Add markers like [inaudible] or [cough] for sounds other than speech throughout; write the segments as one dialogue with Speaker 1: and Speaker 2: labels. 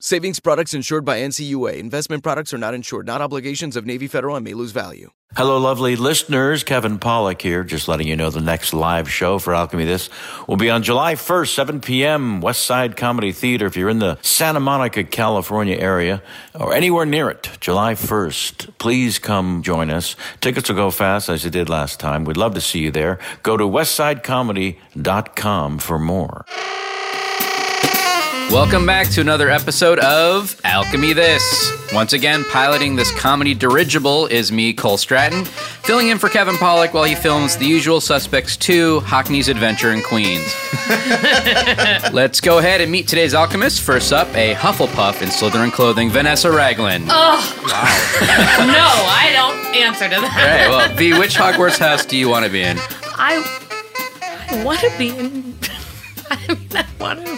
Speaker 1: Savings products insured by NCUA. Investment products are not insured, not obligations of Navy Federal and may lose value.
Speaker 2: Hello, lovely listeners. Kevin Pollock here, just letting you know the next live show for Alchemy This will be on July 1st, 7 p.m., West Side Comedy Theater. If you're in the Santa Monica, California area or anywhere near it, July 1st, please come join us. Tickets will go fast as they did last time. We'd love to see you there. Go to westsidecomedy.com for more.
Speaker 3: Welcome back to another episode of Alchemy This. Once again, piloting this comedy dirigible is me, Cole Stratton, filling in for Kevin Pollock while he films The Usual Suspects 2 Hockney's Adventure in Queens. Let's go ahead and meet today's alchemist. First up, a Hufflepuff in Slytherin clothing, Vanessa Raglan.
Speaker 4: No, I don't answer to
Speaker 3: All
Speaker 4: that.
Speaker 3: right, well, V, which Hogwarts house do you want to be in? [laughs]
Speaker 4: I, I want to be in. [laughs] I mean, I want to.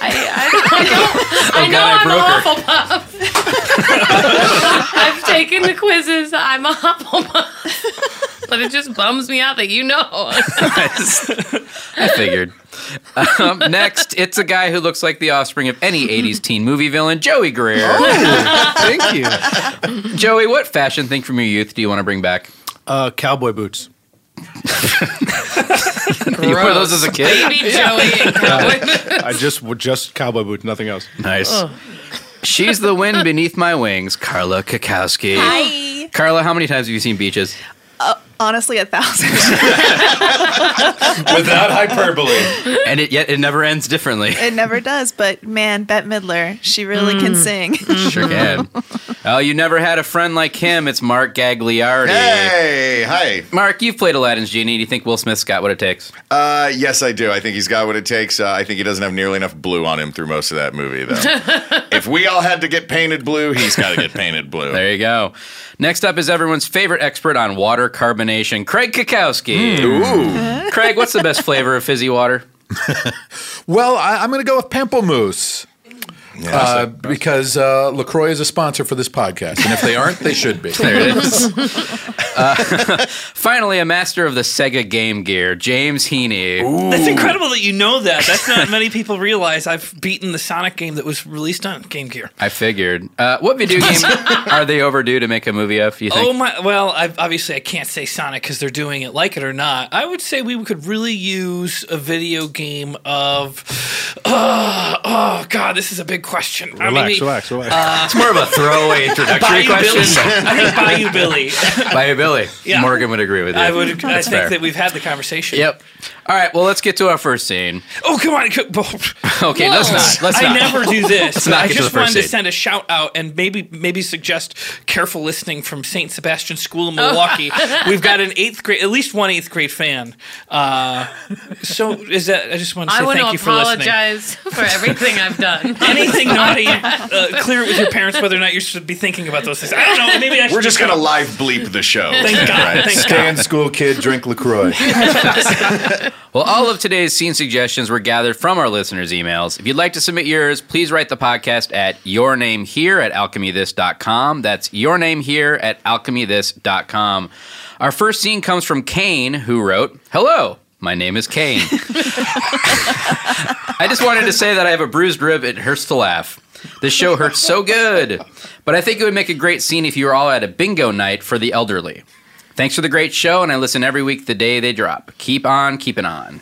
Speaker 4: I, I don't know. I know
Speaker 3: Oh, God, I
Speaker 4: I'm
Speaker 3: broke
Speaker 4: a Hufflepuff. I've taken the quizzes. I'm a Hufflepuff. But it just bums me out that you know.
Speaker 3: I figured. Um, next, it's a guy who looks like the offspring of any 80s teen movie villain, Joey Greer.
Speaker 5: Thank you.
Speaker 3: Joey, what fashion thing from your youth do you want to bring back?
Speaker 5: Uh, cowboy boots.
Speaker 3: [laughs] You wore those as a kid?
Speaker 4: Baby Joey
Speaker 3: [laughs]
Speaker 4: and Cowboy.
Speaker 5: I just were just cowboy boots, nothing else.
Speaker 3: Nice. She's the wind beneath my wings, Carla Kakowski.
Speaker 6: Hi.
Speaker 3: Carla, how many times have you seen
Speaker 7: [laughs]
Speaker 3: beaches?
Speaker 8: Uh,
Speaker 6: Honestly, a thousand.
Speaker 7: [laughs]
Speaker 2: Without hyperbole.
Speaker 3: And it yet it never ends differently.
Speaker 9: Mm.
Speaker 6: it never does. But man, Bette Midler, she really can sing.
Speaker 3: Sure can. Oh, you never had a friend like him. It's Mark Gagliardi.
Speaker 7: Hey, hi.
Speaker 3: Mark, you've played Aladdin's Genie. Do you think Will Smith's got what it takes?
Speaker 7: Uh, yes, I do. I think he's got what it takes. Uh, I think he doesn't have nearly enough blue on him through most of that movie,
Speaker 10: [laughs]
Speaker 7: though. if we all had to get painted blue, he's got to get painted blue.
Speaker 3: There you go. Next up is everyone's favorite expert on water carbonation, Craig
Speaker 7: Hmm.
Speaker 3: Kakowski.
Speaker 11: [laughs]
Speaker 5: Ooh.
Speaker 3: Craig, what's the best flavor of fizzy water?
Speaker 5: Well, I, I'm going to go with pamplemousse. uh,
Speaker 3: that's
Speaker 5: because uh, LaCroix is a sponsor for this podcast. And if they aren't, they should
Speaker 3: [laughs]
Speaker 5: be.
Speaker 3: There it is. Uh, [laughs] finally, a master of the Sega Game Gear, James Heaney.
Speaker 11: That's incredible that you know that. That's not many people realize. I've beaten the Sonic game that was released on Game Gear.
Speaker 3: I figured. Uh, what
Speaker 7: [laughs]
Speaker 3: video game are they overdue to make a movie of? You think?
Speaker 11: Oh my! Well, I, obviously I can't say Sonic because they're doing it, like it or not. I would say we could really use a video game of. Uh, oh God, this is a big question. I mean,
Speaker 5: Relax,
Speaker 11: the-
Speaker 5: relax, relax.
Speaker 11: uh,
Speaker 3: it's more of a throwaway introductory
Speaker 11: Bayou Billy.
Speaker 3: question.
Speaker 11: I think
Speaker 3: [laughs]
Speaker 11: Bayou Billy.
Speaker 3: By Billy.
Speaker 11: [laughs] Yeah.
Speaker 3: Morgan would agree with you.
Speaker 11: I would. I
Speaker 3: That's
Speaker 11: think
Speaker 3: fair.
Speaker 11: that we've had the conversation.
Speaker 3: Yep. All right. Well, let's get to our first scene.
Speaker 11: Oh
Speaker 3: [laughs]
Speaker 11: come on! [laughs] co-
Speaker 3: Okay, let's not. Let's
Speaker 11: I
Speaker 3: not. [laughs]
Speaker 11: never do this.
Speaker 3: Let's not get
Speaker 11: I
Speaker 3: to the
Speaker 11: just
Speaker 3: first
Speaker 11: wanted to
Speaker 3: scene.
Speaker 11: send a shout out and maybe maybe suggest careful listening from Saint Sebastian School in
Speaker 3: [laughs]
Speaker 11: Milwaukee.
Speaker 3: Oh.
Speaker 11: We've got an eighth grade, at least one eighth grade fan. Uh, so is that? I just want to say
Speaker 4: I want
Speaker 11: thank
Speaker 4: to
Speaker 11: you for listening.
Speaker 4: apologize for, everything I've done.
Speaker 11: [laughs] Anything naughty,
Speaker 4: [laughs]
Speaker 11: uh, clear it with your parents whether or not you should be thinking about those things. I don't know. Maybe I should
Speaker 7: We're just going to live bleep the show.
Speaker 11: Thank God, thank
Speaker 5: Stay in school, kid. Drink LaCroix.
Speaker 3: Well, all of today's scene suggestions were gathered from our listeners' emails. If you'd like to submit yours, please write the podcast at your name here at alchemythis.com. That's your name here at alchemythis.com. Our first scene comes from Kane, who wrote, Hello, my name is Kane. I just wanted to say that I have a bruised rib. It hurts to laugh. This show hurts so good. But I think it would make a great scene if you were all at a bingo night for the elderly. Thanks for the great show, and I listen every week the day they drop. Keep on keeping on.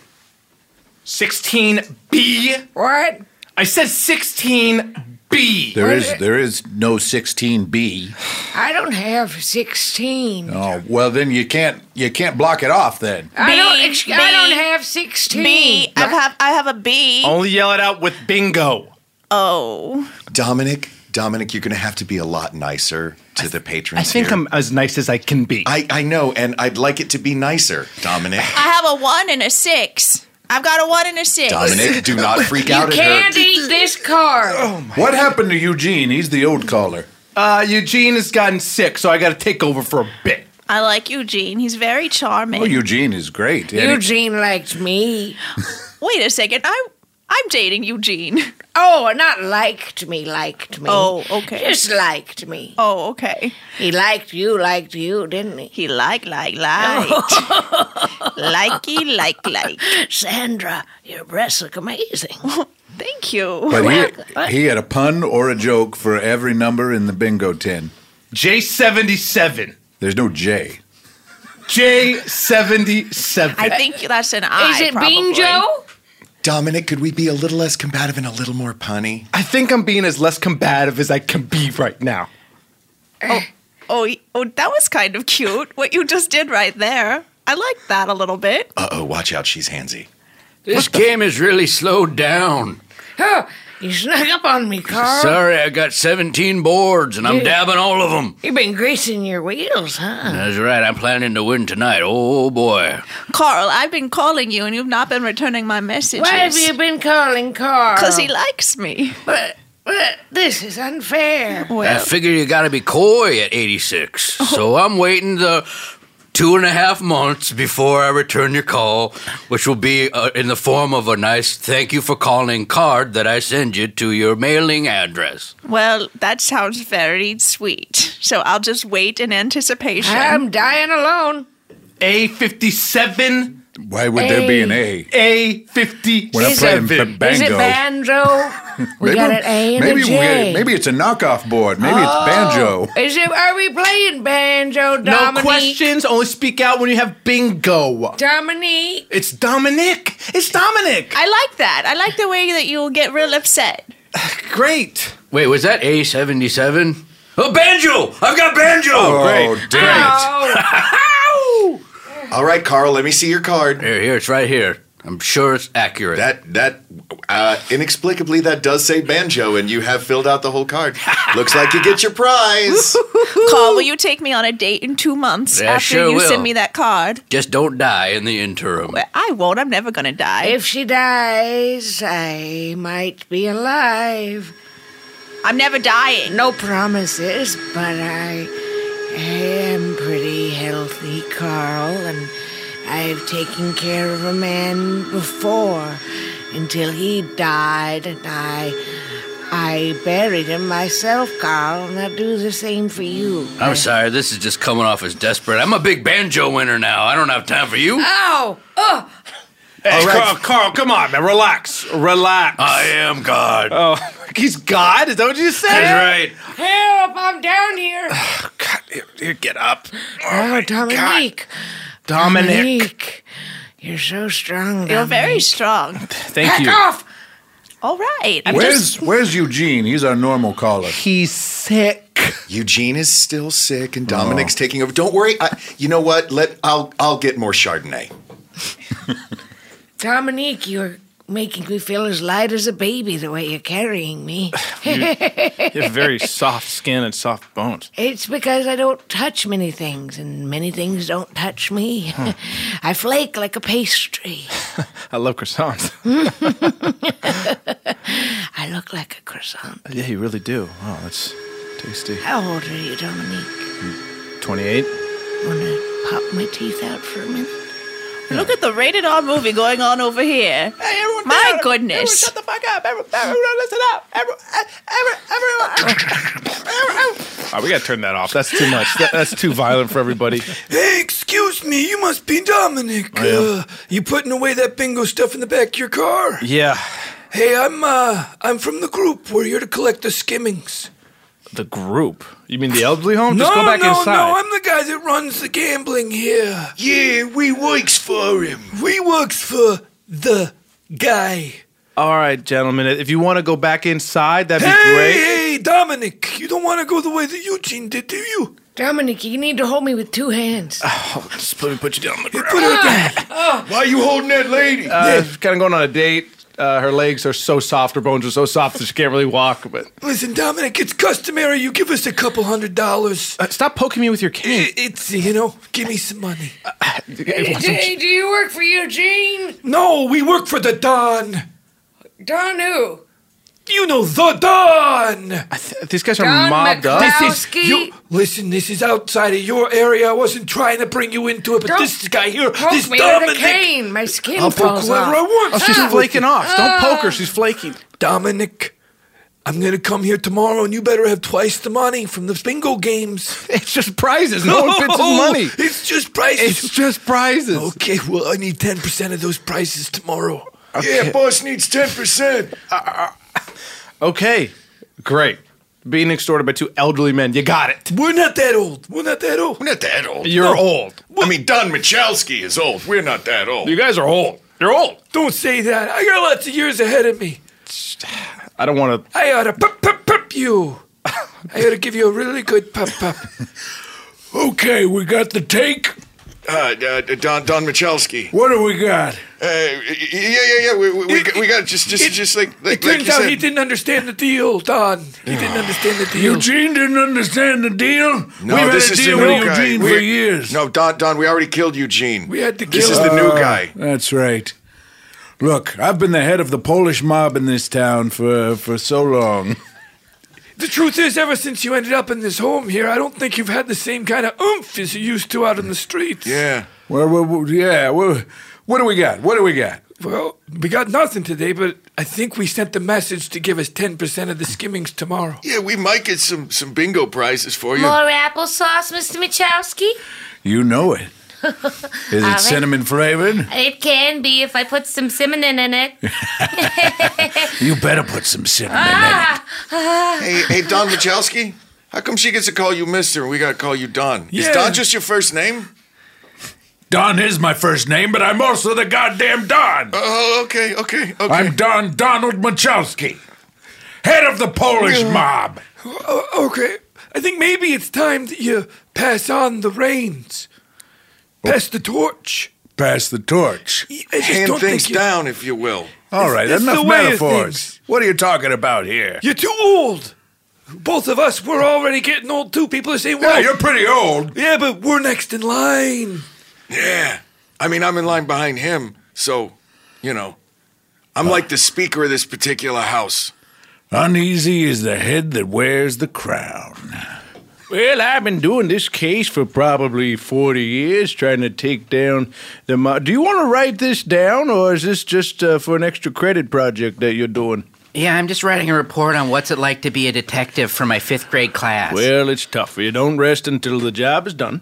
Speaker 9: 16B. What? I said 16B.
Speaker 5: There is there is no 16B.
Speaker 9: I don't have 16.
Speaker 5: Oh well, then you can't you can't block it off then.
Speaker 9: I don't.
Speaker 8: B,
Speaker 9: Ex- I
Speaker 8: B,
Speaker 9: don't have 16.
Speaker 8: B. I have. I have a B.
Speaker 7: Only yell it out with bingo.
Speaker 8: Oh.
Speaker 7: Dominic, Dominic, you're going to have to be a lot nicer to the patrons
Speaker 10: I think
Speaker 7: here.
Speaker 10: I'm as nice as I can be.
Speaker 7: I, I know, and I'd like it to be nicer,
Speaker 10: [laughs]
Speaker 7: Dominic.
Speaker 8: I have a one and a six. I've got a one and a six.
Speaker 7: Dominic, do not freak out at her. Oh
Speaker 9: Can't eat this card.
Speaker 5: What happened to Eugene? He's the old caller.
Speaker 10: Uh, Eugene has gotten sick, so I got to take over for a bit.
Speaker 8: I like Eugene. He's very charming.
Speaker 5: Oh, Eugene is great. And he-
Speaker 8: Eugene liked me. [laughs] Wait a second. I I'm dating Eugene.
Speaker 9: Oh, not liked me, liked me.
Speaker 8: Oh, okay.
Speaker 9: Just liked me.
Speaker 8: Oh, okay.
Speaker 9: He liked you, liked you, didn't he?
Speaker 8: He liked, like,
Speaker 9: [laughs]
Speaker 8: liked. Likey, like, like.
Speaker 9: Sandra, your breasts look amazing.
Speaker 8: [laughs] Thank you.
Speaker 5: But he, he had a pun or a joke for every number in the bingo tin.
Speaker 10: J77.
Speaker 5: There's no J.
Speaker 10: J77.
Speaker 8: I think that's an I.
Speaker 9: Is it
Speaker 8: probably.
Speaker 9: Bingo?
Speaker 7: Dominic, could we be a little less combative and a little more punny?
Speaker 10: I think I'm being as less combative as I can be right now.
Speaker 8: Oh, [sighs] oh, y- oh, that was kind of cute. What you just did right there. I liked that a little bit.
Speaker 7: Uh oh, watch out, she's handsy.
Speaker 12: This game is really slowed down.
Speaker 9: Huh, you snuck up on me, Carl.
Speaker 12: Sorry, I got 17 boards and I'm
Speaker 9: Yeah.
Speaker 12: dabbing all of them.
Speaker 9: You've been greasing your wheels, huh?
Speaker 12: That's right, I'm planning to win tonight. Oh boy.
Speaker 8: Carl, I've been calling you and you've not been returning my messages.
Speaker 9: Why have you been calling Carl?
Speaker 8: Because he likes me.
Speaker 9: But, but this is unfair.
Speaker 12: I figure you gotta be coy at
Speaker 7: Oh.
Speaker 12: 86. So I'm waiting the two and a half months before I return your call, which will be uh, in the form of a nice thank you for calling card that I send you to your mailing address.
Speaker 8: Well, that sounds very sweet. So I'll just wait in anticipation.
Speaker 9: I'm dying alone.
Speaker 10: A57.
Speaker 5: Why would there be an A?
Speaker 10: A50.
Speaker 5: When I
Speaker 9: Is
Speaker 5: played
Speaker 9: it-
Speaker 5: b-
Speaker 9: Is it
Speaker 5: bango.
Speaker 9: banjo? We got an A and
Speaker 5: maybe we
Speaker 9: a J.
Speaker 5: get- maybe it's a knockoff board. [laughs] Maybe
Speaker 9: Oh.
Speaker 5: it's banjo.
Speaker 9: Is it? Are we playing banjo, Dominique?
Speaker 10: No questions, only speak out when you have bingo.
Speaker 9: Dominique.
Speaker 10: It's Dominic. It's Dominic.
Speaker 8: I like that. I like the way that you'll get real upset.
Speaker 10: Great.
Speaker 12: Wait, was that A77? Oh, banjo! I've got banjo!
Speaker 7: Oh, great.
Speaker 12: damn it.
Speaker 7: All right, Carl, let me see your card.
Speaker 12: Here, here, it's right here. I'm sure it's accurate.
Speaker 7: That that uh, inexplicably that does say banjo, and you have filled out the whole
Speaker 10: [laughs]
Speaker 7: card. Looks like you get your prize.
Speaker 8: Call, will you take me on a date in two months
Speaker 12: Yeah,
Speaker 8: after
Speaker 12: sure
Speaker 8: you
Speaker 12: will.
Speaker 8: send me that card?
Speaker 12: Just don't die in the interim.
Speaker 8: I won't. I'm never going to die.
Speaker 9: If she dies, I might be alive.
Speaker 8: I'm never dying.
Speaker 9: No promises, but I am pretty healthy, Carl, and I've taken care of a man before until he died, and I I buried him myself, Carl, and I'll do the same for you.
Speaker 12: I'm sorry, this is just coming off as desperate. I'm a big banjo winner now. I don't have time for you.
Speaker 9: Ow! Ugh!
Speaker 10: Hey,
Speaker 12: All right.
Speaker 10: Carl, Carl, come on, man. Relax. Relax.
Speaker 12: I am God.
Speaker 10: Oh, [laughs] he's God? Is that what you said?
Speaker 9: That's Help! I'm down here.
Speaker 10: Here, get up.
Speaker 9: Oh, Dominique.
Speaker 10: Dominic.
Speaker 9: Dominique, You're so strong.
Speaker 8: You're very
Speaker 9: Dominique.
Speaker 8: strong.
Speaker 10: Thank
Speaker 8: Heck
Speaker 5: you.
Speaker 8: off! All right. I'm
Speaker 5: where's
Speaker 8: just,
Speaker 5: Where's Eugene? He's our normal caller.
Speaker 10: He's sick.
Speaker 7: Eugene is still sick, and Dominic's taking over. Don't worry. I, you know what? Let I'll I'll get more Chardonnay.
Speaker 9: Dominique, you're making me feel as light as a baby the way you're carrying me.
Speaker 10: [sighs] You have
Speaker 9: [laughs]
Speaker 10: very soft skin and soft bones. [laughs]
Speaker 9: It's because I don't touch many things, and many things don't touch me. [laughs] I flake like a pastry. [laughs]
Speaker 10: I love croissants.
Speaker 9: I look like a croissant.
Speaker 10: [laughs] yeah, you really do. Wow, that's tasty.
Speaker 9: How old are you, Dominique?
Speaker 10: 28.
Speaker 9: Wanna pop my teeth out for a minute?
Speaker 8: look at the rated R movie going on over here. My goodness. shut the fuck up. Everyone, listen up. Everyone, everyone,
Speaker 10: All right, Oh, we got to turn that off. That's too much. That- that's too violent for everybody.
Speaker 13: Hey, excuse me, you must be Dominic.
Speaker 10: I am.
Speaker 13: Uh, you putting away that bingo stuff in the back of your car?
Speaker 10: [laughs] Yeah,
Speaker 13: Hey, I'm uh, I'm from the group. We're here to collect the skimmings.
Speaker 10: the group. You mean the elderly home?
Speaker 13: no,
Speaker 10: Just go back
Speaker 13: no,
Speaker 10: inside.
Speaker 13: no, I'm the guy that runs the gambling here. Yeah, we works for him. We works for the guy.
Speaker 10: All right, gentlemen. If you want to go back inside, that'd be
Speaker 13: hey,
Speaker 10: great.
Speaker 13: hey, Dominic, you don't want to go the way that Eugene did, do you?
Speaker 9: Dominique, you need to hold me with two hands.
Speaker 10: Oh, just let me put you down on the ground.
Speaker 13: Put it down.
Speaker 7: Why are you holding that lady?
Speaker 10: Uh, Kind of going on a date. Uh, her legs are so soft. Her bones are so soft that she can't really walk. But
Speaker 13: Listen, Dominic, it's customary you give us a couple hundred dollars.
Speaker 10: Uh, stop poking me with your cane. Uh,
Speaker 13: it's, you know, give me some money.
Speaker 9: Hey, do you work for Eugene?
Speaker 13: no, we work for the Don.
Speaker 9: Don who?
Speaker 13: You know, the Don.
Speaker 10: these guys are
Speaker 13: Don
Speaker 10: mobbed up.
Speaker 13: This is, you, listen, this is outside of your area. I wasn't trying to bring you into it, but
Speaker 9: Don't
Speaker 13: this guy here,
Speaker 9: Poke
Speaker 13: this
Speaker 9: me with
Speaker 13: Dominic.
Speaker 9: a cane. My skin
Speaker 13: I'll poke
Speaker 9: falls
Speaker 13: whoever
Speaker 9: off.
Speaker 13: I want.
Speaker 10: Oh, she's
Speaker 13: Ah.
Speaker 10: flaking off. Don't poke her.
Speaker 13: Ah.
Speaker 10: She's flaking.
Speaker 13: Dominic, I'm going to come here tomorrow, and you better have twice the money from the bingo games.
Speaker 10: [laughs] It's just prizes. No one pitches money.
Speaker 13: It's just prizes.
Speaker 10: It's just prizes.
Speaker 13: Okay, well, I need 10% of those prizes tomorrow. Uh,
Speaker 7: Yeah, boss needs ten percent.
Speaker 10: Okay, great. Being extorted by two elderly men. You got it.
Speaker 13: We're not that old. We're not that old.
Speaker 7: We're not that old.
Speaker 10: You're old.
Speaker 7: I mean, Don Michalski is old. We're not that old.
Speaker 10: You guys are old. You're old.
Speaker 13: Don't say that. I got lots of years ahead of me.
Speaker 10: I don't want to.
Speaker 13: I ought to pop, pop, pop [laughs] you. I ought to give you a really good pop, pop. [laughs] okay, we got the take.
Speaker 7: Uh, uh, Don Don Michalski.
Speaker 13: What do we got?
Speaker 7: Uh, y- y- yeah, yeah, yeah. We, we, we, got, we got just just just like like,
Speaker 13: It turns
Speaker 7: like you
Speaker 13: out
Speaker 7: said. Ah.
Speaker 13: he didn't understand the deal, Don. He didn't understand the deal.
Speaker 14: Eugene didn't understand the deal.
Speaker 7: No,
Speaker 14: We've
Speaker 7: this
Speaker 14: had a
Speaker 7: is
Speaker 14: deal
Speaker 7: the new
Speaker 14: with
Speaker 7: guy.
Speaker 14: Eugene
Speaker 7: We-
Speaker 14: for years.
Speaker 7: No, Don Don, we already killed Eugene.
Speaker 13: We had to
Speaker 7: This is the new guy.
Speaker 14: That's right. Look, I've been the head of the Polish mob in this town for for so long.
Speaker 13: The truth is, ever since you ended up in this home here, I don't think you've had the same kind of oomph as you used to out in the streets.
Speaker 7: Yeah.
Speaker 14: Well, well, well, yeah. Well, what do we got? What do we got?
Speaker 13: Well, we got nothing today, but I think we sent the message to give us 10% of the skimmings tomorrow.
Speaker 7: Yeah, we might get some some bingo prizes for you.
Speaker 1: More applesauce, Mr. Michowski?
Speaker 14: You know it. Is
Speaker 1: [laughs] All
Speaker 14: it
Speaker 1: right.
Speaker 14: cinnamon
Speaker 1: [laughs]
Speaker 14: flavored?
Speaker 1: It can be if I put some cinnamon
Speaker 7: [laughs]
Speaker 1: in it.
Speaker 14: You better put some cinnamon.
Speaker 1: ah, ah.
Speaker 7: Hey, hey, Don Michalski. How come she gets to call you Mister and we gotta call you Don? Is
Speaker 14: Yeah.
Speaker 7: Don just your first name?
Speaker 14: Don is my first name, but I'm also the goddamn Don.
Speaker 7: Oh, okay, okay, okay.
Speaker 14: I'm Don Donald Machowski, head of the Polish
Speaker 13: Yeah.
Speaker 14: mob.
Speaker 13: O- okay, I think maybe it's time that you pass on the reins, pass the torch.
Speaker 14: pass the torch.
Speaker 13: I just
Speaker 14: Hand
Speaker 13: don't
Speaker 14: things
Speaker 13: think you-
Speaker 14: down,
Speaker 13: if you will.
Speaker 14: All right,
Speaker 13: It's- it's
Speaker 14: enough
Speaker 13: the way of
Speaker 14: metaphors. What are you talking about here?
Speaker 13: You're too old. Both of us, we're already getting old too. People are saying,
Speaker 14: Yeah,
Speaker 13: well,
Speaker 14: you're pretty old.
Speaker 13: Yeah, but we're next in line. Yeah.
Speaker 7: I mean, I'm in line behind him, so, you know, I'm like the speaker of this particular house.
Speaker 14: Uneasy is the head that wears the crown.
Speaker 10: Well, I've been doing this case for probably 40 years, trying to take down the. Mo- Do you want to write this down, or is this just uh, for an extra credit project that you're doing?
Speaker 3: Yeah, I'm just writing a report on what's it like to be a detective for my fifth grade class.
Speaker 10: Well, it's tough. You don't rest until the job is done.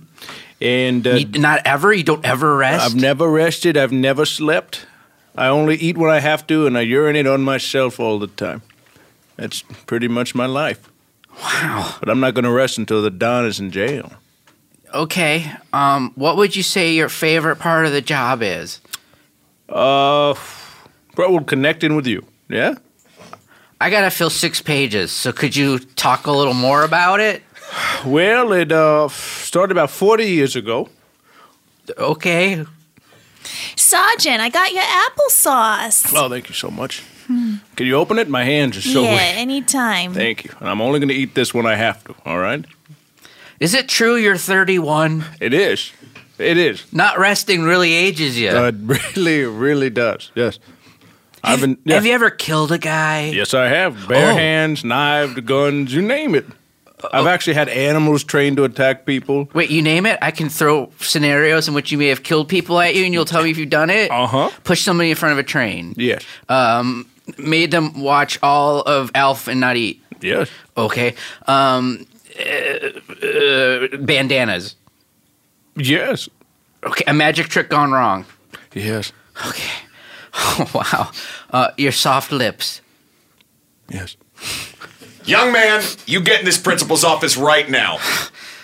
Speaker 10: And uh,
Speaker 3: not ever. You don't ever rest.
Speaker 10: I've never rested. I've never slept. I only eat when I have to, and I urinate on myself all the time. That's pretty much my life. Wow. But I'm not going to rest until the Don is in jail.
Speaker 3: Okay. Um, what would you say your favorite part of the job is?
Speaker 10: Uh, probably connecting with you. Yeah.
Speaker 3: I gotta fill six pages, so could you talk a little more about it?
Speaker 10: Well, it uh, started about 40 years ago.
Speaker 3: Okay.
Speaker 8: Sergeant, I got your applesauce.
Speaker 10: Oh, thank you so much. Can you open it? My hands are so
Speaker 8: yeah,
Speaker 10: weak.
Speaker 8: anytime.
Speaker 10: Thank you. And I'm only going to eat this when I have to, all right?
Speaker 3: Is it true you're 31?
Speaker 10: It is. It is.
Speaker 3: Not resting really ages you.
Speaker 10: Uh, [laughs] it really, really does. Yes. I've been. yeah.
Speaker 3: Have you ever killed a guy?
Speaker 10: Yes, I have. Bare
Speaker 3: Oh. Uh,
Speaker 10: hands, knived, guns, you name it. I've actually had animals trained to attack people.
Speaker 3: Wait, you name it? I can throw scenarios in which you may have killed people at you and you'll tell me if you've done it. Uh
Speaker 10: huh.
Speaker 3: Push somebody in front of a train.
Speaker 10: Yes.
Speaker 3: Um, made them watch all of Alf and not eat.
Speaker 10: Yes.
Speaker 3: Okay. Um, uh, uh, bandanas.
Speaker 10: Yes.
Speaker 3: Okay. A magic trick gone wrong.
Speaker 10: Yes.
Speaker 3: Okay. [laughs] Oh, wow. Uh, your soft lips.
Speaker 7: Young man, you get in this principal's office right now.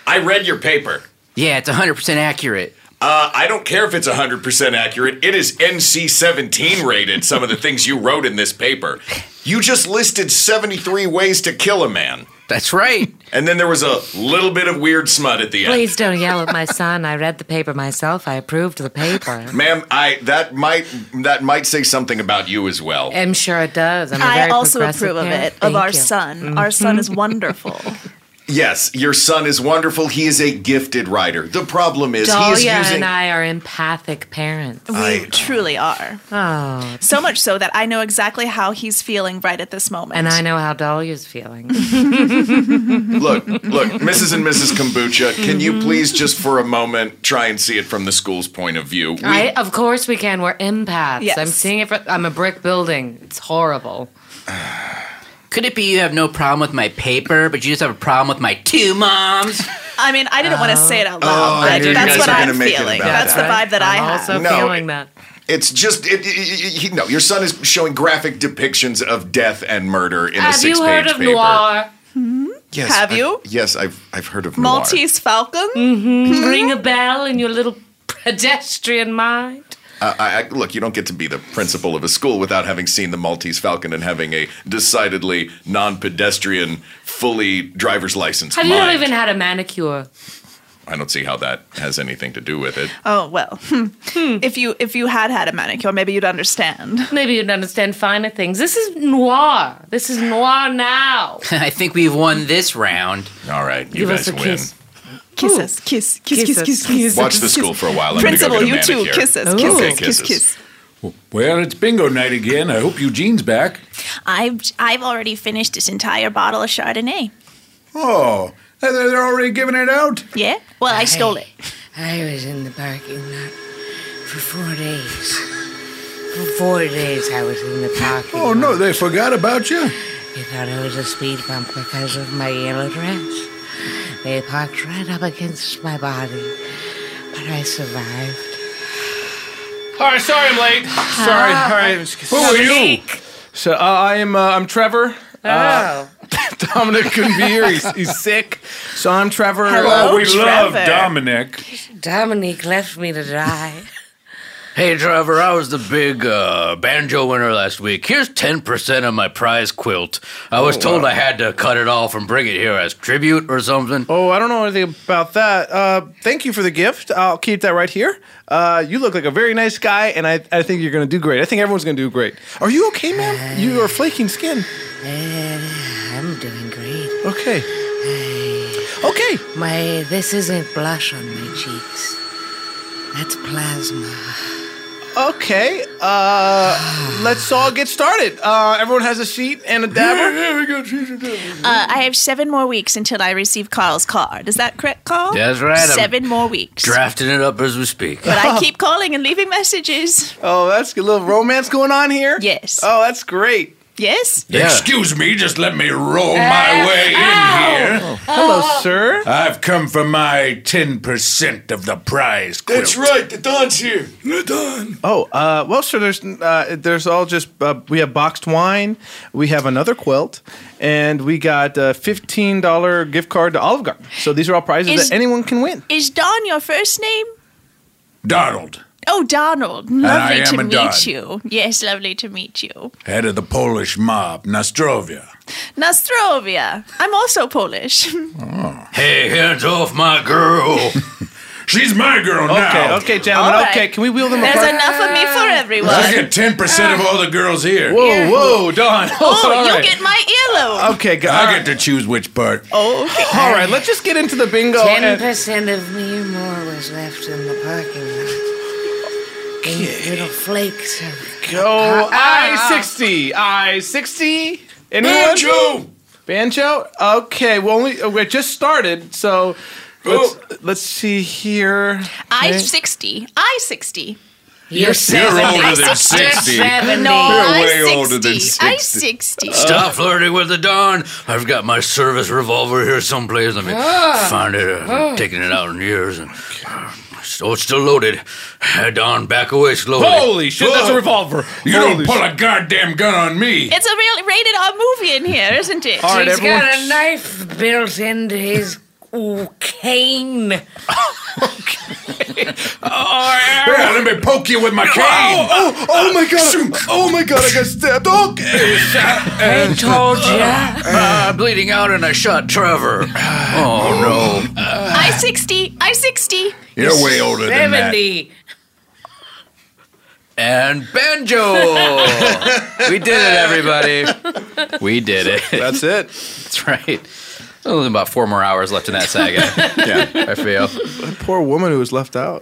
Speaker 7: I read your paper.
Speaker 3: Yeah, it's 100% accurate.
Speaker 7: Uh, I don't care if it's 100% accurate. It is NC 17 rated, some of the things you wrote in this paper. You just listed 73 ways to kill a man.
Speaker 3: That's right.
Speaker 7: And then there was a little bit of weird smut at the end.
Speaker 4: Please don't yell at my son. I read the paper myself. I approved the paper.
Speaker 7: Ma'am, I that might that might say something about you as well.
Speaker 4: I'm sure it does. I'm a
Speaker 8: I
Speaker 4: very
Speaker 8: also
Speaker 4: progressive
Speaker 8: approve of
Speaker 4: parent.
Speaker 8: it, of
Speaker 4: Thank
Speaker 8: our
Speaker 4: you.
Speaker 8: son. Our son is wonderful.
Speaker 7: Yes, your son is wonderful. He is a gifted writer. The problem is he is
Speaker 4: Dahlia
Speaker 7: using
Speaker 4: and I are empathic parents.
Speaker 8: We truly are.
Speaker 4: Oh.
Speaker 8: So much so that I know exactly how he's feeling right at this moment.
Speaker 4: And I know how Dahlia's feeling.
Speaker 7: [laughs] Look, look, Mrs. and Mrs. Kombucha, can you
Speaker 8: Mm-hmm.
Speaker 7: please just for a moment try and see it from the school's point of view? We-
Speaker 4: I, of course we can. We're empaths.
Speaker 8: Yes.
Speaker 4: I'm seeing it. For, I'm a brick building. It's horrible.
Speaker 3: Could it be you have no problem with my paper, but you just have a problem with my two moms?
Speaker 8: [laughs] I mean, I didn't want to say it out
Speaker 7: Oh,
Speaker 8: loud,
Speaker 7: I
Speaker 8: but
Speaker 7: knew you
Speaker 8: that's
Speaker 7: guys
Speaker 8: what
Speaker 7: were
Speaker 8: I'm
Speaker 7: gonna make it
Speaker 8: feeling.
Speaker 7: about
Speaker 8: That's the
Speaker 7: that.
Speaker 8: vibe that I have.
Speaker 7: No, it-
Speaker 4: that.
Speaker 7: It's just it, it, it, it- no. Your son is showing graphic depictions of death and murder in a
Speaker 8: Have you
Speaker 7: six-page
Speaker 8: heard of
Speaker 7: paper.
Speaker 8: noir?
Speaker 7: Yes,
Speaker 8: Hmm? Have
Speaker 7: I've-
Speaker 8: you?
Speaker 7: Yes, I've I've heard of noir.
Speaker 8: Maltese Falcon? Mm-hmm.
Speaker 4: Ring a bell in your little pedestrian mind.
Speaker 7: Uh, I, I, look, you don't get to be the principal of a school without having seen the Maltese Falcon and having a decidedly non-pedestrian, fully driver's license.
Speaker 4: Have you not
Speaker 7: mind.
Speaker 4: even had a manicure?
Speaker 7: I don't see how that has anything to do with it.
Speaker 8: Oh well. [laughs] Hmm. If you if you had had a manicure, maybe you'd understand.
Speaker 4: [laughs] Maybe you'd understand finer things. This is noir. This is noir now.
Speaker 12: [laughs]
Speaker 3: I think we've won this round.
Speaker 7: All right,
Speaker 4: you Give us guys a win. kiss.
Speaker 8: Kiss us, kiss, kiss, kiss,
Speaker 4: Kisses.
Speaker 8: kiss, kiss.
Speaker 7: Watch
Speaker 8: kiss,
Speaker 7: the school
Speaker 8: kiss.
Speaker 7: for a while. I'm gonna go
Speaker 8: Principal,
Speaker 7: get a
Speaker 8: you too.
Speaker 7: manicure.
Speaker 8: Kiss
Speaker 10: Oh.
Speaker 8: us,
Speaker 7: Ooh.
Speaker 8: kiss
Speaker 7: Okay,
Speaker 8: us, kiss,
Speaker 7: kisses.
Speaker 8: kiss.
Speaker 14: Well, it's bingo night again. I hope Eugene's back.
Speaker 8: I've I've already finished this entire bottle of Chardonnay.
Speaker 14: Oh, they're they're already giving it out?
Speaker 8: Yeah. Well, I stole it.
Speaker 4: I
Speaker 9: was in the parking lot for four days.
Speaker 4: For four days I was in the parking
Speaker 14: Oh, no, they forgot about you?
Speaker 4: They thought I was a speed bump because of my yellow dress. They parked right up against my body, but I survived.
Speaker 11: All right, sorry I'm late. Sorry.
Speaker 4: Ah.
Speaker 11: All right. I'm just-
Speaker 10: Who are you? So uh, I am. Uh, I'm Trevor.
Speaker 4: Oh.
Speaker 11: Oh.
Speaker 10: Uh, [laughs] Dominic couldn't be here. He's, he's sick. So I'm Trevor.
Speaker 4: Hello,
Speaker 14: Oh, we love Trevor. [laughs]
Speaker 4: Dominic left me to die.
Speaker 12: Hey, Trevor, I was the big uh, banjo winner last week. Here's 10% of my prize quilt. I was
Speaker 10: Oh,
Speaker 12: told
Speaker 10: wow.
Speaker 12: I had to cut it off and bring it here as tribute or something.
Speaker 10: Oh, I don't know anything about that. Uh, thank you for the gift. I'll keep that right here. Uh, you look like a very nice guy, and I, I think you're going to do great. I think everyone's going to do great. Are you okay, ma'am? You are flaking skin.
Speaker 9: I'm doing great.
Speaker 10: Okay.
Speaker 9: Okay. My this isn't blush on my cheeks. That's plasma.
Speaker 10: Okay. Uh, let's all get started. Uh, everyone has a sheet and
Speaker 8: [laughs]
Speaker 12: [laughs]
Speaker 10: a dabber. Yeah, we got sheets and dabbers.
Speaker 8: Uh, I have seven more weeks until I receive Carl's card. Is that correct, Carl?
Speaker 12: That's right, I'm-
Speaker 8: 7 more weeks.
Speaker 12: Drafting it up as
Speaker 8: [laughs]
Speaker 12: we speak.
Speaker 8: But I
Speaker 10: [laughs]
Speaker 8: keep calling and leaving messages.
Speaker 10: Oh, that's a little romance going on here.
Speaker 8: Yes.
Speaker 10: Oh, that's great.
Speaker 8: Yes.
Speaker 14: Excuse me, just let me roll
Speaker 8: Uh,
Speaker 14: my way in here.
Speaker 8: Hello,
Speaker 10: Oh. sir.
Speaker 14: I've come for my 10% of the prize quilt.
Speaker 10: That's
Speaker 14: right, the Don's here.
Speaker 10: We're done. Oh, uh, well, sir. There's uh, there's all just uh, we have boxed wine, we have another quilt, and we got a fifteen dollar gift card to Olive Garden. So these are all prizes
Speaker 8: Is-
Speaker 10: that anyone can win.
Speaker 8: Is Don your first name?
Speaker 14: Donald,
Speaker 8: Oh, Donald.
Speaker 14: And I
Speaker 8: Lovely
Speaker 14: am
Speaker 8: to
Speaker 14: a
Speaker 8: meet
Speaker 14: Don.
Speaker 8: you. Yes, lovely to meet you.
Speaker 14: head of the Polish mob, Nostrovia.
Speaker 8: Nastrovia. I'm also Polish. [laughs]
Speaker 14: Oh.
Speaker 12: Hey, hands off my
Speaker 14: [laughs]
Speaker 12: girl.
Speaker 14: She's my girl
Speaker 10: Okay,
Speaker 14: now.
Speaker 10: okay, gentlemen.
Speaker 8: All right.
Speaker 10: Okay, can we wheel them
Speaker 8: There's
Speaker 10: apart?
Speaker 8: enough of me for everyone.
Speaker 14: I get 10% of all the girls here.
Speaker 10: Whoa, whoa, Don. [laughs]
Speaker 8: Oh,
Speaker 10: all
Speaker 8: you
Speaker 10: right.
Speaker 8: get [laughs] my earlobe.
Speaker 10: Okay, go-
Speaker 14: I get to choose which part.
Speaker 8: Oh,
Speaker 10: All right, let's just get into the bingo.
Speaker 9: Ten
Speaker 10: and-
Speaker 9: percent of me or more was left in the parking lot. Eight little flakes of
Speaker 10: Go [laughs]
Speaker 9: Ah, ah,
Speaker 10: I
Speaker 9: ah.
Speaker 10: sixty. I sixty. Anyone?
Speaker 9: Banjo!
Speaker 10: Banjo. Okay. Well, only uh, we just started, so let's, let's see here.
Speaker 8: I
Speaker 10: Okay.
Speaker 8: sixty. I sixty.
Speaker 10: You're You're 70. older than 60.
Speaker 8: No,
Speaker 12: You're
Speaker 8: I
Speaker 12: way
Speaker 8: 60.
Speaker 12: older than
Speaker 8: I
Speaker 12: 60.
Speaker 8: sixty.
Speaker 12: Stop flirting with the Don. I've got my service revolver here someplace. Let me
Speaker 8: Ah.
Speaker 12: find it. I've been
Speaker 8: Ah.
Speaker 12: taking it out in years. And, oh, it's still loaded. Don, back away slowly.
Speaker 14: Holy shit, that's a Whoa.
Speaker 12: revolver.
Speaker 14: You don't pull a goddamn gun on
Speaker 8: [laughs]
Speaker 14: me.
Speaker 8: It's a real rated R movie in here, isn't it?
Speaker 9: He's got a knife built into his ooh,
Speaker 10: [laughs]
Speaker 9: cane.
Speaker 8: Uh,
Speaker 14: Yeah, let me poke you with my cane.
Speaker 9: Oh,
Speaker 14: oh, oh my god. Oh my god, I got stabbed. Oh, Okay.
Speaker 12: I told ya. I'm Ah, bleeding out and I shot Trevor. Oh, no.
Speaker 8: I sixty. I sixty.
Speaker 12: You're way older than that. And banjo. we did it, everybody. We did it.
Speaker 10: That's
Speaker 12: [laughs]
Speaker 10: it.
Speaker 12: That's right. Only about four more hours left in that saga. I feel.
Speaker 10: That poor woman who was left out.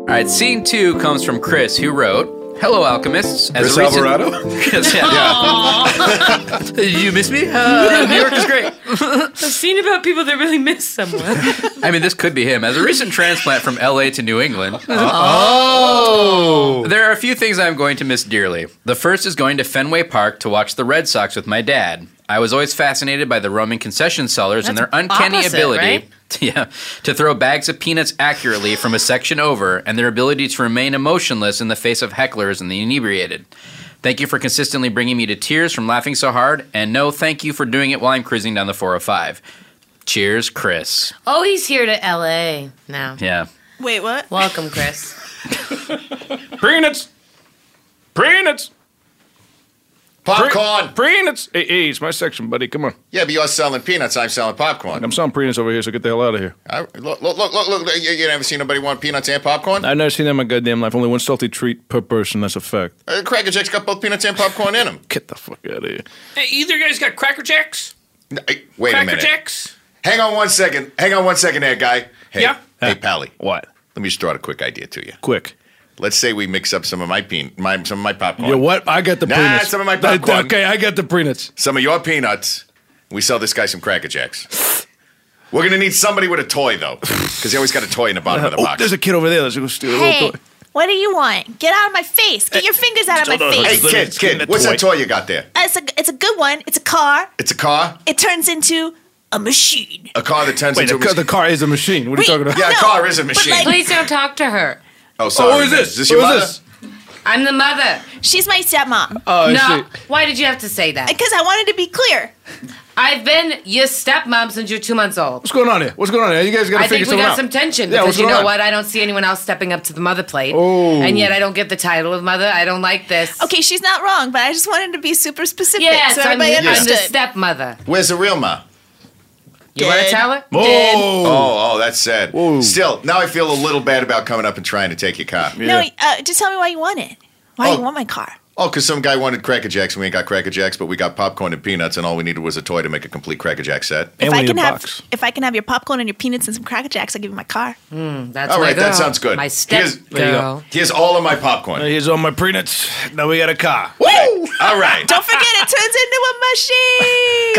Speaker 3: All right, scene two comes from Chris, who wrote, "Hello, alchemists."
Speaker 15: Chris
Speaker 3: a reason-
Speaker 15: Alvarado?
Speaker 12: [laughs]
Speaker 3: Yes, yeah. you miss me?
Speaker 7: [laughs]
Speaker 3: Uh, New York is great.
Speaker 16: [laughs] I've seen about people that really miss someone.
Speaker 3: I mean, this could be him. As a recent transplant from LA to New England,
Speaker 8: [laughs]
Speaker 16: Oh.
Speaker 3: there are a few things I'm going to miss dearly. The first is going to Fenway Park to watch the Red Sox with my dad. I was always fascinated by the Roman concession sellers and their
Speaker 8: That's
Speaker 3: uncanny
Speaker 8: opposite,
Speaker 3: ability.
Speaker 8: right?
Speaker 3: Yeah, [laughs] to throw bags of peanuts accurately from a section over, and their ability to remain emotionless in the face of hecklers and the inebriated. Thank you for consistently bringing me to tears from laughing so hard, and no, thank you for doing it while I'm cruising down the 405. Cheers, Chris.
Speaker 4: [laughs] Oh, he's here to LA now.
Speaker 3: Yeah.
Speaker 4: Wait, what? Welcome, Chris.
Speaker 10: Peanuts. Peanuts. Popcorn. peanuts. Hey, hey, it's my section, buddy. Come on.
Speaker 7: Yeah, but you're selling peanuts. I'm selling popcorn.
Speaker 10: I'm selling peanuts over here, so get the hell out of here.
Speaker 7: I, look, look, look, look, look. You, you never seen nobody want peanuts and popcorn?
Speaker 10: I've never seen that in my goddamn life. Only one salty treat per person. That's a fact.
Speaker 7: Uh, Cracker Jack's got both peanuts and popcorn in them.
Speaker 10: Get the fuck out of here.
Speaker 11: Hey, either guys got Cracker Jacks?
Speaker 7: Wait
Speaker 11: Cracker
Speaker 7: a minute.
Speaker 11: Jacks?
Speaker 7: Hang on one second. Hang on one second there, guy. Hey,
Speaker 11: Yeah?
Speaker 7: hey, Pally.
Speaker 10: What?
Speaker 7: Let me just throw out a quick idea to you.
Speaker 10: Quick.
Speaker 7: Let's say we mix up some of my pean, my, some of my popcorn.
Speaker 10: You what? I got the
Speaker 7: Nah,
Speaker 10: peanuts.
Speaker 7: some of my
Speaker 10: That-
Speaker 7: popcorn.
Speaker 10: Okay, I got the peanuts.
Speaker 7: Some of your peanuts. We sell this guy some Cracker Jacks. We're gonna need somebody with a toy though, because he always got a toy in the bottom of the
Speaker 10: oh,
Speaker 7: box.
Speaker 10: there's a kid over there. Let's go steal a
Speaker 8: Hey,
Speaker 10: little toy.
Speaker 8: what do you want? Get out of my face. Get your fingers out of my
Speaker 7: Hey,
Speaker 8: face.
Speaker 7: kid, kid, what's that toy you got there?
Speaker 8: Uh, It's a, it's a good one. It's a car.
Speaker 7: It's a car.
Speaker 8: It turns into a machine.
Speaker 7: A car that turns
Speaker 10: Wait,
Speaker 7: into
Speaker 10: the,
Speaker 7: a
Speaker 10: car- the car is a machine. What are you talking about?
Speaker 7: Yeah, a car is a machine.
Speaker 4: Please don't talk to her.
Speaker 7: oh, sorry.
Speaker 10: who is
Speaker 7: man.
Speaker 10: this?
Speaker 7: Is this
Speaker 10: Who
Speaker 7: your
Speaker 10: is
Speaker 7: mother?
Speaker 10: this?
Speaker 4: I'm the mother.
Speaker 8: She's my stepmom.
Speaker 10: Oh,
Speaker 4: no. Why did you have to say that?
Speaker 8: Because I wanted to be clear.
Speaker 4: I've been your stepmom since you're two months old.
Speaker 10: What's going on here? What's going on here? You guys got to
Speaker 4: I
Speaker 10: figure
Speaker 4: think we
Speaker 10: something
Speaker 4: got
Speaker 10: out.
Speaker 4: some tension
Speaker 10: Yeah,
Speaker 4: because
Speaker 10: what's
Speaker 4: you
Speaker 10: going
Speaker 4: know
Speaker 10: on?
Speaker 4: what? I don't see anyone else stepping up to the mother plate.
Speaker 10: Oh.
Speaker 4: And yet I don't get the title of mother. I don't like this.
Speaker 8: Okay, she's not wrong, but I just wanted to be super specific
Speaker 4: Yes,
Speaker 8: so
Speaker 4: I'm, the,
Speaker 8: everybody
Speaker 4: I'm the
Speaker 8: understood.
Speaker 4: stepmother.
Speaker 7: Where's the real ma?
Speaker 4: You want to tell her?
Speaker 7: Oh, oh, that's sad. Still, now I feel a little bad about coming up and trying to take your car.
Speaker 8: No, uh, just tell me why you want it. Why you want my car?
Speaker 7: Oh, because some guy wanted Cracker Jacks and we ain't got Cracker Jacks, but we got popcorn and peanuts, and all we needed was a toy to make a complete Cracker Jack set.
Speaker 8: if I can have if I can have your popcorn and your peanuts and some cracker jacks, I'll give you my car.
Speaker 4: that's
Speaker 7: all right, that sounds good. here's,
Speaker 10: There you go.
Speaker 7: here's all of my popcorn.
Speaker 10: Here's all my peanuts. Now we got a car.
Speaker 7: Woo! All right.
Speaker 8: Don't forget, it turns into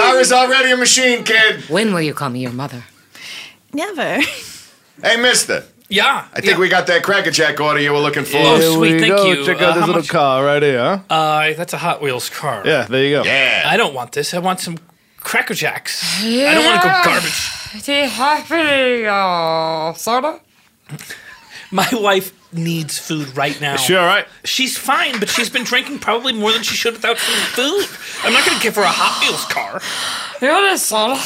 Speaker 8: a machine.
Speaker 7: Car is already a machine, kid.
Speaker 4: When will you call me your mother?
Speaker 8: Never.
Speaker 7: Hey, mister.
Speaker 11: Yeah.
Speaker 7: I think we got that Cracker Jack order you were looking for.
Speaker 11: Oh, Here sweet, we thank go. you.
Speaker 10: Check
Speaker 11: Uh,
Speaker 10: out
Speaker 11: how
Speaker 10: this little
Speaker 11: much-
Speaker 10: car right here, huh?
Speaker 11: Uh, that's a Hot Wheels car.
Speaker 10: Yeah, there you go.
Speaker 7: Yeah.
Speaker 11: I don't want this. I want some Cracker Jacks. I don't want to go garbage.
Speaker 4: Tea happy,
Speaker 17: Oh,
Speaker 4: uh, soda?
Speaker 11: My wife needs food right now.
Speaker 10: Is she all right?
Speaker 11: She's fine, but she's been drinking probably more than she should without some food. I'm not going to give her a Hot Wheels car.
Speaker 4: You want a soda?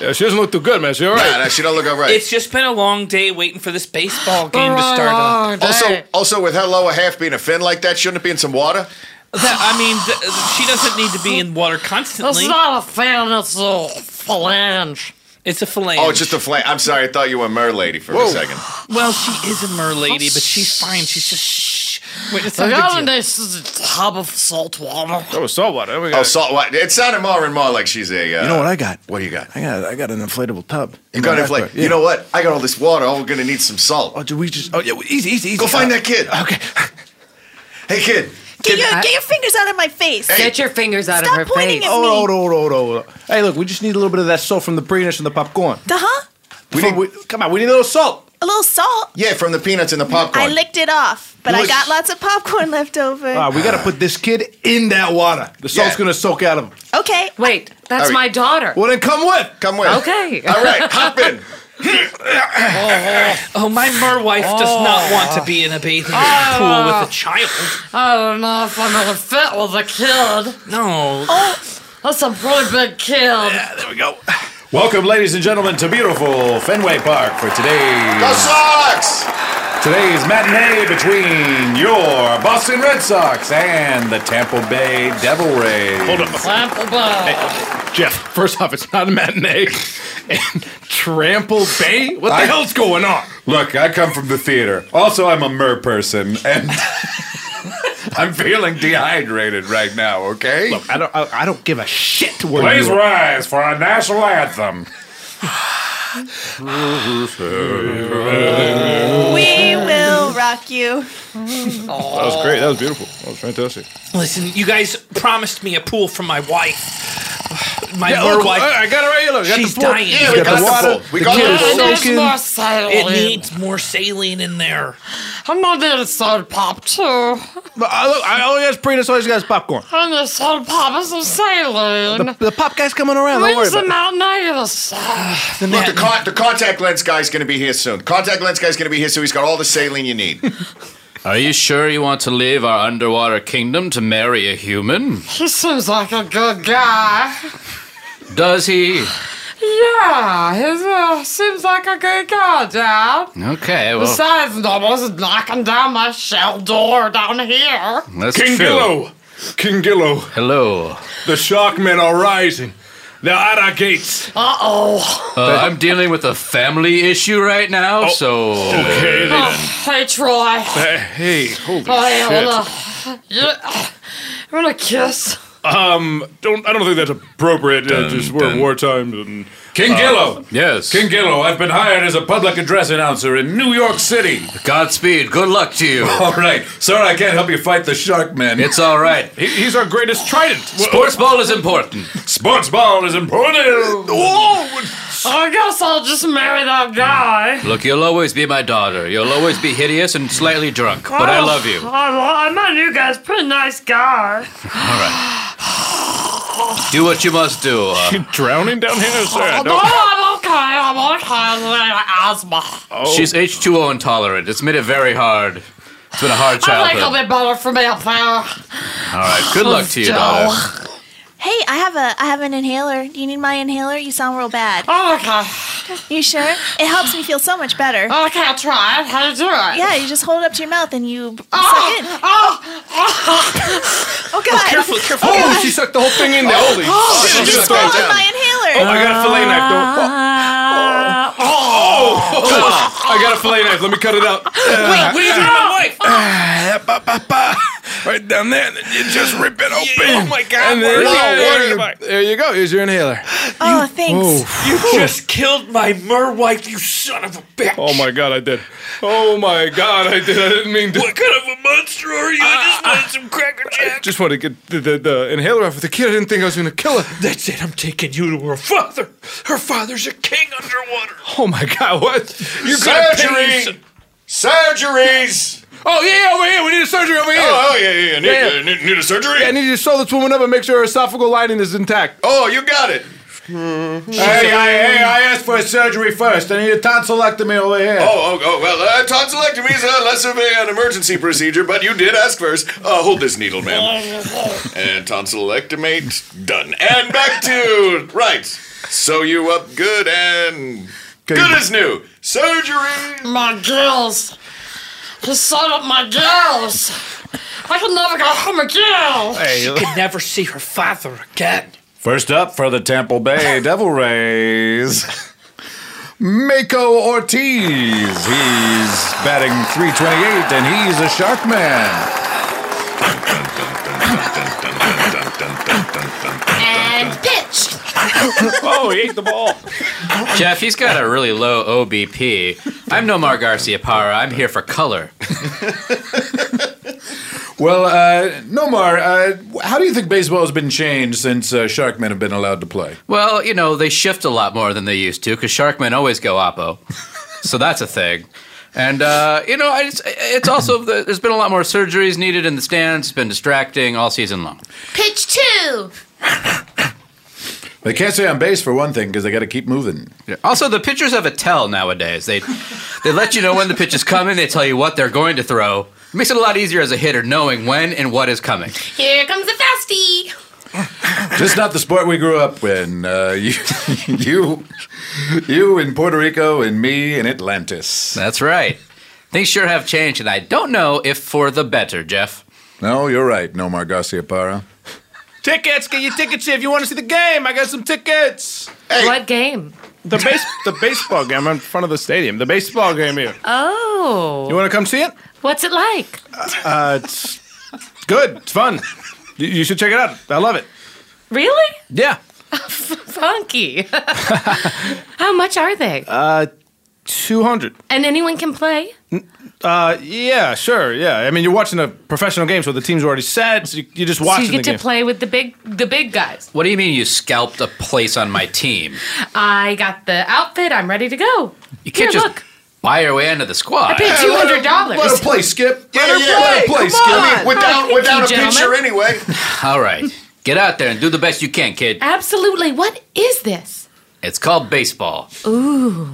Speaker 10: Yeah, she doesn't look too good, man. She all right?
Speaker 7: no, she don't look all right.
Speaker 11: It's just been a long day waiting for this baseball game
Speaker 17: Oh,
Speaker 11: to start up.
Speaker 7: Also, also with how low a half being a fin like that, shouldn't it be in some water?
Speaker 11: That- I mean, th- she doesn't need to be in water constantly.
Speaker 17: It's not a fan, it's a phalange.
Speaker 11: It's a phalange.
Speaker 7: Oh, it's just a flame. I'm sorry, I thought you were a mer lady for a second.
Speaker 11: Well, she is a mer lady, but she's fine. She's just shh. Wait, it's
Speaker 17: I
Speaker 11: not a
Speaker 17: got a
Speaker 11: big deal.
Speaker 17: nice tub of salt
Speaker 11: [laughs]
Speaker 17: water.
Speaker 7: Oh, salt water. Oh, salt water. It sounded more and more like she's a. Uh,
Speaker 18: You know what I got?
Speaker 7: What do you got?
Speaker 18: I got I got an inflatable tub.
Speaker 7: You got it, like you know what? I got all this water. Oh, we're gonna need some salt.
Speaker 18: Oh, do we just? Oh, yeah, easy, easy, Uh, easy.
Speaker 7: Go find that kid. Okay. hey, kid.
Speaker 8: Get your, get your fingers out of my face.
Speaker 4: Get your fingers out
Speaker 8: Stop
Speaker 4: of her
Speaker 8: pointing
Speaker 4: face.
Speaker 8: at me.
Speaker 10: Hold on, hold on, hold on, hold on. Hey, look, we just need a little bit of that salt from the Prius and the popcorn.
Speaker 8: Uh huh.
Speaker 10: We need, come on, we need a little salt.
Speaker 8: A little salt.
Speaker 7: Yeah, from the peanuts and the popcorn.
Speaker 8: I licked it off, but
Speaker 10: You
Speaker 8: I
Speaker 10: licked-
Speaker 8: got lots of popcorn [laughs] left over.
Speaker 10: Ah, we got to put this kid in that water. The salt's going to soak out of him.
Speaker 8: Okay.
Speaker 4: Wait, that's
Speaker 10: All right.
Speaker 4: my daughter.
Speaker 10: Well, then come with.
Speaker 7: Come
Speaker 10: with.
Speaker 4: Okay.
Speaker 10: All right,
Speaker 7: hop in.
Speaker 11: oh, oh, my mer wife does not want to be in a bathing pool with a child.
Speaker 17: I don't know Oh, if I'm gonna fit with a kid.
Speaker 11: No.
Speaker 17: Oh, that's a really big kid. Yeah,
Speaker 10: there we go.
Speaker 14: [laughs] Welcome, ladies and gentlemen, to beautiful Fenway Park for today's
Speaker 7: Go Sox!
Speaker 14: today's matinee between your Boston Red Sox and the Tampa Bay Devil Rays.
Speaker 10: Hold up. Jeff, first off, it's not a matinee. [laughs] and Trample Bay? What the
Speaker 14: I-
Speaker 10: hell's going on?
Speaker 14: Look, I come from the theater. Also, I'm a mer person, and I'm feeling dehydrated right now. Okay.
Speaker 10: Look, I don't. I, I don't give a shit. Where
Speaker 14: Please
Speaker 10: you are.
Speaker 14: rise for our national anthem.
Speaker 8: We will rock you.
Speaker 10: That was great. That was beautiful. That was fantastic.
Speaker 11: Listen, you guys promised me a pool for my wife. My
Speaker 10: Yeah,
Speaker 11: mer
Speaker 10: look,
Speaker 11: wife.
Speaker 10: I- I got it right here, look. I got
Speaker 11: She's
Speaker 10: the pool.
Speaker 11: dying.
Speaker 10: Yeah, we got the pool. We got the pool. There's more
Speaker 11: It
Speaker 10: saline.
Speaker 11: needs more saline in there.
Speaker 17: I'm not gonna soda pop too.
Speaker 10: But I, look, I only got Prius. All I just got is popcorn.
Speaker 17: I'm gonna soda pop with some saline.
Speaker 10: The, the pop guy's coming around.
Speaker 7: don't worry
Speaker 17: Where's the
Speaker 7: about it.
Speaker 17: Mountain Iris?
Speaker 7: Look, the, con- the contact lens guy's gonna be here soon. Contact lens guy's gonna be here, so he's got all the saline
Speaker 18: [laughs]
Speaker 7: you need.
Speaker 12: Are you sure you want to leave our underwater kingdom to marry a human?
Speaker 17: He seems like a good guy.
Speaker 12: Does he?
Speaker 17: Yeah, he uh, seems like a good guy, Dad.
Speaker 12: Okay, well.
Speaker 17: Besides, no one's knocking down my shell door down here.
Speaker 12: That's
Speaker 10: King
Speaker 12: true.
Speaker 10: Gillo. King Gillo.
Speaker 12: Hello.
Speaker 10: The shark men are rising. They're at our gates.
Speaker 17: Uh oh.
Speaker 12: Uh, I'm dealing with a family issue right
Speaker 11: Oh,
Speaker 12: now, so.
Speaker 10: okay
Speaker 17: Hey, Troy.
Speaker 10: hey, holy
Speaker 17: Oh, yeah, I'm gonna, you, I'm gonna kiss.
Speaker 10: Um, don't I don't think that's appropriate. uh, just we're in war times and
Speaker 14: King
Speaker 10: Uh,
Speaker 14: Gillo.
Speaker 12: Yes.
Speaker 14: King Gillo, I've been hired as a public address announcer in New York City.
Speaker 12: Godspeed. Good luck to you.
Speaker 14: [laughs] All right. Sorry I can't help you fight the shark man.
Speaker 12: It's all right.
Speaker 10: He, he's our greatest trident.
Speaker 12: Sports ball is important.
Speaker 14: Sports ball is important.
Speaker 17: Oh, I guess I'll just marry that guy.
Speaker 12: Look, you'll always be my daughter. You'll always be hideous and slightly drunk, but I
Speaker 17: Oh,
Speaker 12: love you. All
Speaker 17: I, lo- I met you guys, pretty nice guy.
Speaker 12: right. Do what you must do. Uh,
Speaker 10: drowning down here,
Speaker 17: Oh, no, I'm okay. I'm okay. I'm asthma.
Speaker 3: Oh.
Speaker 10: Oh.
Speaker 12: She's H2O intolerant. It's made it very hard. It's been a hard
Speaker 17: I think it'll
Speaker 12: childhood.
Speaker 17: be better for me up there.
Speaker 12: All right. Good luck to you,
Speaker 17: Joe.
Speaker 12: daughter.
Speaker 8: Hey, I have a I have an inhaler. Do you need my inhaler? You sound real bad.
Speaker 17: Oh, okay.
Speaker 8: You sure? It helps me feel so much better.
Speaker 17: Oh, okay, I'll try it. How do you do it?
Speaker 8: Yeah, you just hold it up to your mouth and you b-
Speaker 17: Oh,
Speaker 8: suck in.
Speaker 17: oh,
Speaker 8: Oh God!
Speaker 10: Careful, careful. Holy, Oh, she sucked the whole thing in there. Holy
Speaker 8: Oh,
Speaker 10: shit.
Speaker 8: she
Speaker 10: She
Speaker 8: swallowed
Speaker 10: sucked it down.
Speaker 8: my inhaler.
Speaker 10: Oh, I got a fillet knife though. oh,
Speaker 17: Oh,
Speaker 10: oh, oh. I got a fillet knife. Let me cut it out.
Speaker 17: Wait, wait,
Speaker 10: my wife. Right down there, and then you just rip it open. Oh my god! And then,
Speaker 11: what are you
Speaker 10: there,
Speaker 11: talking
Speaker 10: you, there you go. Here's your inhaler.
Speaker 8: Oh, thanks.
Speaker 11: You just killed my mer wife, you son of a bitch.
Speaker 10: Oh my god, I did. Oh my god, I did. I didn't mean to. Ah,
Speaker 11: What kind of a monster are you? I just wanted some Cracker Jack.
Speaker 10: Just want to get the, the, the inhaler off of the kid. I didn't think I was going to kill her. That's it. I'm taking you to her father.
Speaker 11: Her father's a king underwater.
Speaker 10: Oh my god, what? You gotta pay me
Speaker 7: Surgery! Surgeries!
Speaker 10: Oh yeah, yeah, over here. We need a surgery over here.
Speaker 7: Oh, oh, yeah, yeah, yeah. Need- uh, need- need a surgery?
Speaker 10: Yeah, I need you to sew this woman up and make sure her esophageal lining is intact.
Speaker 7: Oh, you got it.
Speaker 14: Hey, I, hey, I asked for surgery first. I need a tonsillectomy over here.
Speaker 7: Oh, oh, oh well, uh, tonsillectomy is uh, less of a, an emergency procedure, but you did ask first. Uh, hold this needle,
Speaker 18: Oh.
Speaker 7: ma'am. And tonsillectomy, done. And back to, right. Sew you up good and good as new. Surgery!
Speaker 17: My gills! He sewed up my gills! I can never go home again!
Speaker 11: [laughs] She could never see her father again.
Speaker 19: First up for the Tampa
Speaker 14: [laughs]
Speaker 19: Bay Devil Rays,
Speaker 14: Mako Ortiz. He's batting 328, and he's a shark man.
Speaker 17: And pitch!
Speaker 11: oh, he ate the ball.
Speaker 3: Jeff, he's got a really low OBP. I'm Nomar Garcia Parra. I'm here for color.
Speaker 14: Well, uh, Nomar, uh, how do you think baseball has been changed since uh, Sharkmen have been allowed to play?
Speaker 3: Well, you know, they shift a lot more than they used to because Sharkmen always go oppo. so that's a thing. And, uh, you know, I just, it's also, the, there's been a lot more surgeries needed in the stands. It's been distracting all season long.
Speaker 17: Pitch two!
Speaker 14: They can't stay on base for one thing because they got to keep moving.
Speaker 3: Also, the pitchers have a tell nowadays. They, they let you know when the pitch is coming, they tell you what they're going to throw. It makes it a lot easier as a hitter knowing when and what is coming.
Speaker 17: Here comes the fasty!
Speaker 14: Just not the sport we grew up in. Uh, you, [laughs] you, you in Puerto Rico, and me in Atlantis.
Speaker 3: That's right. Things sure have changed, and I don't know if for the better, Jeff.
Speaker 14: No, you're right, Nomar Garcia Parra.
Speaker 10: Tickets, get your tickets if you want to see the game. I got some tickets.
Speaker 4: What game?
Speaker 10: The base, the baseball game in front of the stadium. The baseball game here.
Speaker 4: [laughs] Oh.
Speaker 10: You want to come see it?
Speaker 4: What's it like?
Speaker 10: Uh, it's good. It's fun. You, you should check it out. I love it.
Speaker 4: Really?
Speaker 10: Yeah.
Speaker 1: [laughs]
Speaker 4: Funky. How much are they?
Speaker 10: Uh, two hundred.
Speaker 4: And anyone can play?
Speaker 10: Uh, yeah, sure, yeah. I mean, you're watching a professional game, so the team's already set. So you, you're just
Speaker 4: So
Speaker 10: watching
Speaker 4: you get
Speaker 10: the
Speaker 4: to
Speaker 10: game.
Speaker 4: play with the big the big guys.
Speaker 3: What do you mean you scalped a place on my team?
Speaker 4: I got the outfit. I'm ready to go.
Speaker 3: You can't
Speaker 4: Here,
Speaker 3: just
Speaker 4: look.
Speaker 3: buy your way into the squad.
Speaker 4: I paid
Speaker 7: Yeah, let her-
Speaker 4: $200.
Speaker 7: Let her play, Skip.
Speaker 4: Let
Speaker 7: yeah,
Speaker 4: her
Speaker 7: yeah, let her
Speaker 4: play,
Speaker 7: play,
Speaker 4: come
Speaker 7: Skip. I mean,
Speaker 4: on.
Speaker 7: without
Speaker 4: Thank
Speaker 7: without
Speaker 4: you,
Speaker 7: a picture
Speaker 4: gentlemen.
Speaker 7: anyway.
Speaker 3: All right. Get out there and do the best you can, kid.
Speaker 4: Absolutely. What is this?
Speaker 3: It's called baseball.
Speaker 4: Ooh.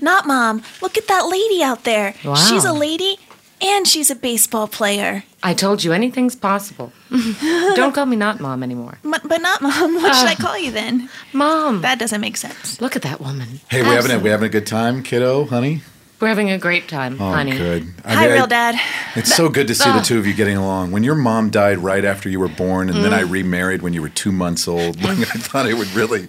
Speaker 8: Not mom. Look at that lady out there.
Speaker 4: Wow.
Speaker 8: She's a lady and she's a baseball player.
Speaker 4: I told you anything's possible. [laughs] Don't call me not mom anymore.
Speaker 8: M- [laughs] but not mom. What should I
Speaker 4: Ah.
Speaker 8: call you then?
Speaker 4: Mom.
Speaker 8: That doesn't make sense.
Speaker 4: Look at that woman.
Speaker 14: Hey, we having a, we having a good time, kiddo, honey.
Speaker 4: We're having a great time,
Speaker 14: Oh,
Speaker 4: honey.
Speaker 14: good. I
Speaker 8: Hi,
Speaker 14: mean, I-
Speaker 8: real dad.
Speaker 14: It's so good to
Speaker 4: [laughs]
Speaker 14: see the
Speaker 8: Ah.
Speaker 14: two of you getting along. When your mom died right after you were born, and then
Speaker 4: Mm.
Speaker 14: I remarried when you were two months old, [laughs] like, I thought it would really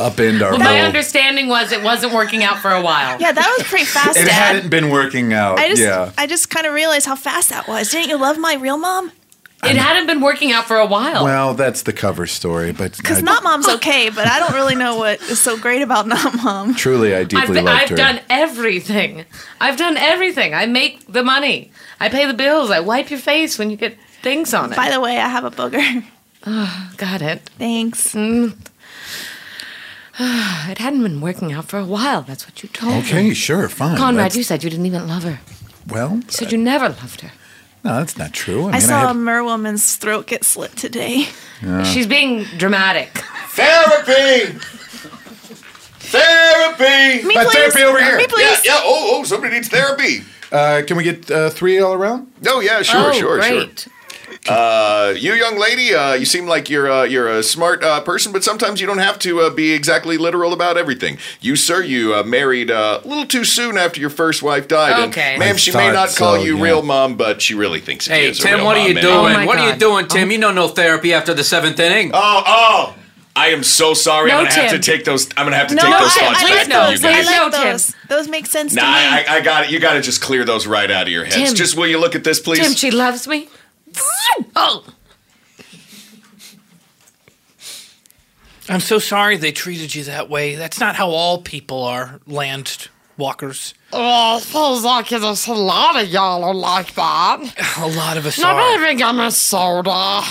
Speaker 14: upend our
Speaker 4: Well, my
Speaker 14: whole.
Speaker 4: understanding was it wasn't working out for a while.
Speaker 8: Yeah, that was pretty fast,
Speaker 14: It
Speaker 8: dad.
Speaker 14: hadn't been working out.
Speaker 8: I just,
Speaker 14: yeah.
Speaker 8: I just kind of realized how fast that was. Didn't you love my real mom?
Speaker 4: It hadn't been working out for a while. Oh.
Speaker 14: Well, that's the cover story, but
Speaker 4: [laughs]
Speaker 14: I-
Speaker 8: Because not mom's okay, but I don't really know what is so great about not mom.
Speaker 14: truly, I
Speaker 4: I've,
Speaker 14: deeply
Speaker 4: been-
Speaker 14: loved
Speaker 4: I've
Speaker 14: her.
Speaker 4: done everything. I've done everything. I make the money. I pay the bills. I wipe your face when you get things on it.
Speaker 8: By the way, I have [laughs] a booger.
Speaker 4: Oh, got it. Mm.
Speaker 8: Thanks.
Speaker 4: Ah, it hadn't been working out for a while. That's what you told me.
Speaker 14: Okay, sure, fine.
Speaker 4: Conrad,
Speaker 14: That's-
Speaker 4: you said you didn't even love her.
Speaker 14: well, uh,
Speaker 4: You said you never loved her.
Speaker 14: no, that's not true. I,
Speaker 8: I,
Speaker 14: mean,
Speaker 8: saw
Speaker 14: I
Speaker 8: a merwoman's throat get slit today.
Speaker 14: Yeah.
Speaker 4: She's being dramatic.
Speaker 7: Therapy! Therapy!
Speaker 8: Me, Uh, please. therapy over here. Me,
Speaker 7: Yeah,
Speaker 8: please.
Speaker 7: yeah. Oh, oh, somebody needs therapy.
Speaker 14: had, uh, can we get uh, three all around?
Speaker 7: Oh, yeah, sure,
Speaker 14: Oh,
Speaker 7: sure,
Speaker 14: great.
Speaker 7: sure. Uh, you young lady, uh, you seem like you're uh, you're a smart uh, person, but sometimes you don't have to uh, be exactly literal about everything. You, sir, you uh, married uh, a little too soon after your first wife died.
Speaker 4: Okay.
Speaker 7: And, ma'am,
Speaker 4: I
Speaker 7: she may
Speaker 4: thought
Speaker 7: not call
Speaker 4: so,
Speaker 7: you
Speaker 4: yeah.
Speaker 7: real mom, but she really thinks of you
Speaker 3: Hey,
Speaker 7: as a
Speaker 3: Tim,
Speaker 7: real
Speaker 3: what are
Speaker 7: mom
Speaker 3: you
Speaker 7: anyway.
Speaker 3: doing? what are you doing, Tim? You know no therapy after the seventh inning.
Speaker 7: Oh, oh! I am so sorry.
Speaker 3: No,
Speaker 7: I'm gonna have
Speaker 3: Tim.
Speaker 7: to take those. I'm gonna have to
Speaker 8: No,
Speaker 7: take those
Speaker 8: I-
Speaker 7: thoughts
Speaker 8: I
Speaker 7: back
Speaker 8: like
Speaker 7: from you
Speaker 8: those. I
Speaker 7: guys.
Speaker 8: like those. Those make sense
Speaker 7: Nah,
Speaker 8: to me.
Speaker 7: I, I got it. You got to just clear those right out of your heads.
Speaker 4: Tim.
Speaker 7: Just will you look at this, please?
Speaker 4: Tim, she loves me. oh,
Speaker 11: I'm so sorry they treated you that way. That's not how all people are, land walkers.
Speaker 17: Well, it feels like there's a lot of y'all are like that.
Speaker 11: A lot of us
Speaker 17: Not
Speaker 11: are.
Speaker 17: even gonna soda.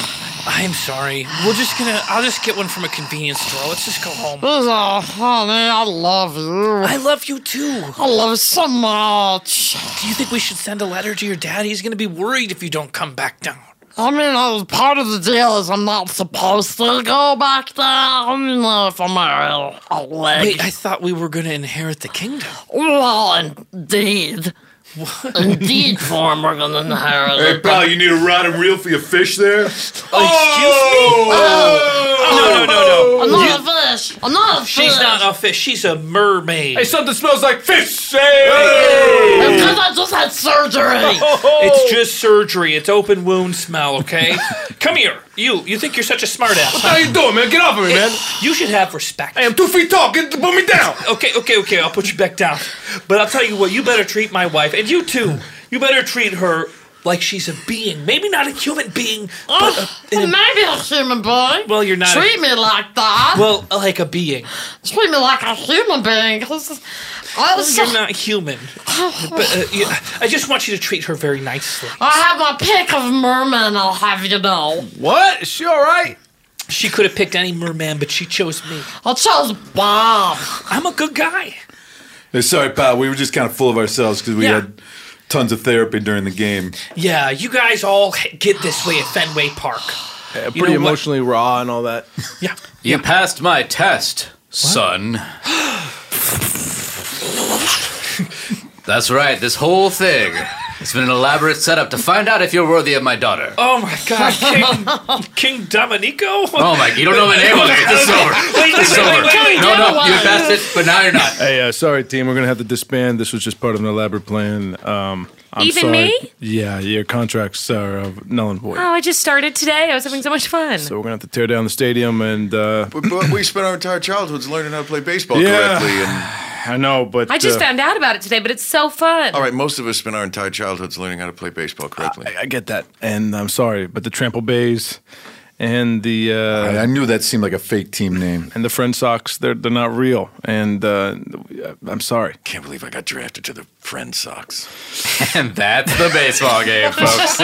Speaker 11: I'm sorry. We're just gonna. I'll just get one from a convenience store. Let's just go home.
Speaker 17: Oh, honey, I love you.
Speaker 11: I love you too.
Speaker 17: I love you so much.
Speaker 11: Do you think we should send a letter to your dad? He's gonna be worried if you don't come back down.
Speaker 17: I mean, uh, part of the deal is I'm not supposed to go back there. I mean, uh, if I'm a, a leg.
Speaker 11: Wait, I thought we were going to inherit the kingdom.
Speaker 17: Well, indeed.
Speaker 11: [laughs]
Speaker 17: Indeed, form we're gonna inherit.
Speaker 19: Hey,
Speaker 17: it.
Speaker 19: pal, you need a rod and reel for your fish Oh! there?
Speaker 11: Oh,
Speaker 17: Oh,
Speaker 11: No, no, no, no.
Speaker 17: Another fish. Another fish.
Speaker 11: She's not a fish. She's a mermaid.
Speaker 10: Hey, something smells like fish.
Speaker 17: Because I just had surgery.
Speaker 11: [laughs] It's just surgery. It's open wound smell,
Speaker 10: [laughs]
Speaker 11: okay? Come here. You you think you're such a smartass.
Speaker 10: What the hell you doing, man? Get off of me, man.
Speaker 11: You should have respect.
Speaker 10: I am two feet tall. Get put me down.
Speaker 11: Okay, okay, okay. I'll put you back down. But I'll tell you what, you better treat my wife, and you too. You better treat her like she's a being. Maybe not a human being, but a,
Speaker 17: Well, Oh, Maybe a human boy.
Speaker 11: Well, you're not a-
Speaker 17: Treat me like that.
Speaker 11: well, like a being.
Speaker 17: treat me like a human being. oh, 'cause I was
Speaker 11: You're not human. But uh, you, I just want you to treat her very nicely.
Speaker 17: I have my pick of merman, I'll have you
Speaker 12: Oh.
Speaker 17: know.
Speaker 10: What? Is she alright?
Speaker 11: She could have picked any merman, but she chose me.
Speaker 17: I chose Bob.
Speaker 11: I'm a good guy.
Speaker 19: Hey, sorry, pal. We were just kind of full of ourselves because we
Speaker 11: Yeah.
Speaker 19: had tons of therapy during the game.
Speaker 11: Yeah, you guys all get this way at Fenway Park.
Speaker 3: pretty
Speaker 11: know what?
Speaker 3: emotionally
Speaker 10: raw and all
Speaker 7: [laughs]
Speaker 10: that.
Speaker 11: Yeah.
Speaker 3: You passed my test, son.
Speaker 12: That's right. This whole thing. It's been an elaborate setup to find out if you're worthy of my daughter.
Speaker 11: Oh my
Speaker 17: [laughs]
Speaker 11: God, King, King Dominico!
Speaker 12: Oh my! You don't know my name. Look, This is over.
Speaker 11: Wait,
Speaker 12: This is
Speaker 11: wait, wait,
Speaker 12: over.
Speaker 11: wait, wait,
Speaker 12: No, no, you
Speaker 11: wait.
Speaker 12: passed it, but now you're not.
Speaker 10: [laughs] Hey, uh, sorry, team. We're gonna have to disband. This was just part of an elaborate plan. Um, I'm
Speaker 4: Even
Speaker 10: sorry.
Speaker 4: me?
Speaker 10: Yeah, your contracts are uh, null and void.
Speaker 4: Oh, I just started today. I was having so much fun.
Speaker 10: So we're gonna have to tear down the stadium and. Uh,
Speaker 7: But, [laughs] but we spent our entire childhoods learning how to play baseball
Speaker 10: Yeah.
Speaker 7: correctly. And
Speaker 10: [sighs] I know, but
Speaker 4: I just
Speaker 7: uh,
Speaker 4: found out about it today, but it's so fun.
Speaker 7: all right, most of us spent our entire childhoods learning how to play baseball correctly.
Speaker 10: I, I get that, and I'm sorry, but the Trample Bays and the uh, I,
Speaker 19: knew that seemed like a fake team name,
Speaker 10: and the Friend Socks they're they're not real, and uh, I'm sorry.
Speaker 7: Can't believe I got drafted to the
Speaker 10: [laughs]
Speaker 7: Friend Socks.
Speaker 12: And that's the baseball
Speaker 11: [laughs]
Speaker 12: game, folks.
Speaker 7: [laughs]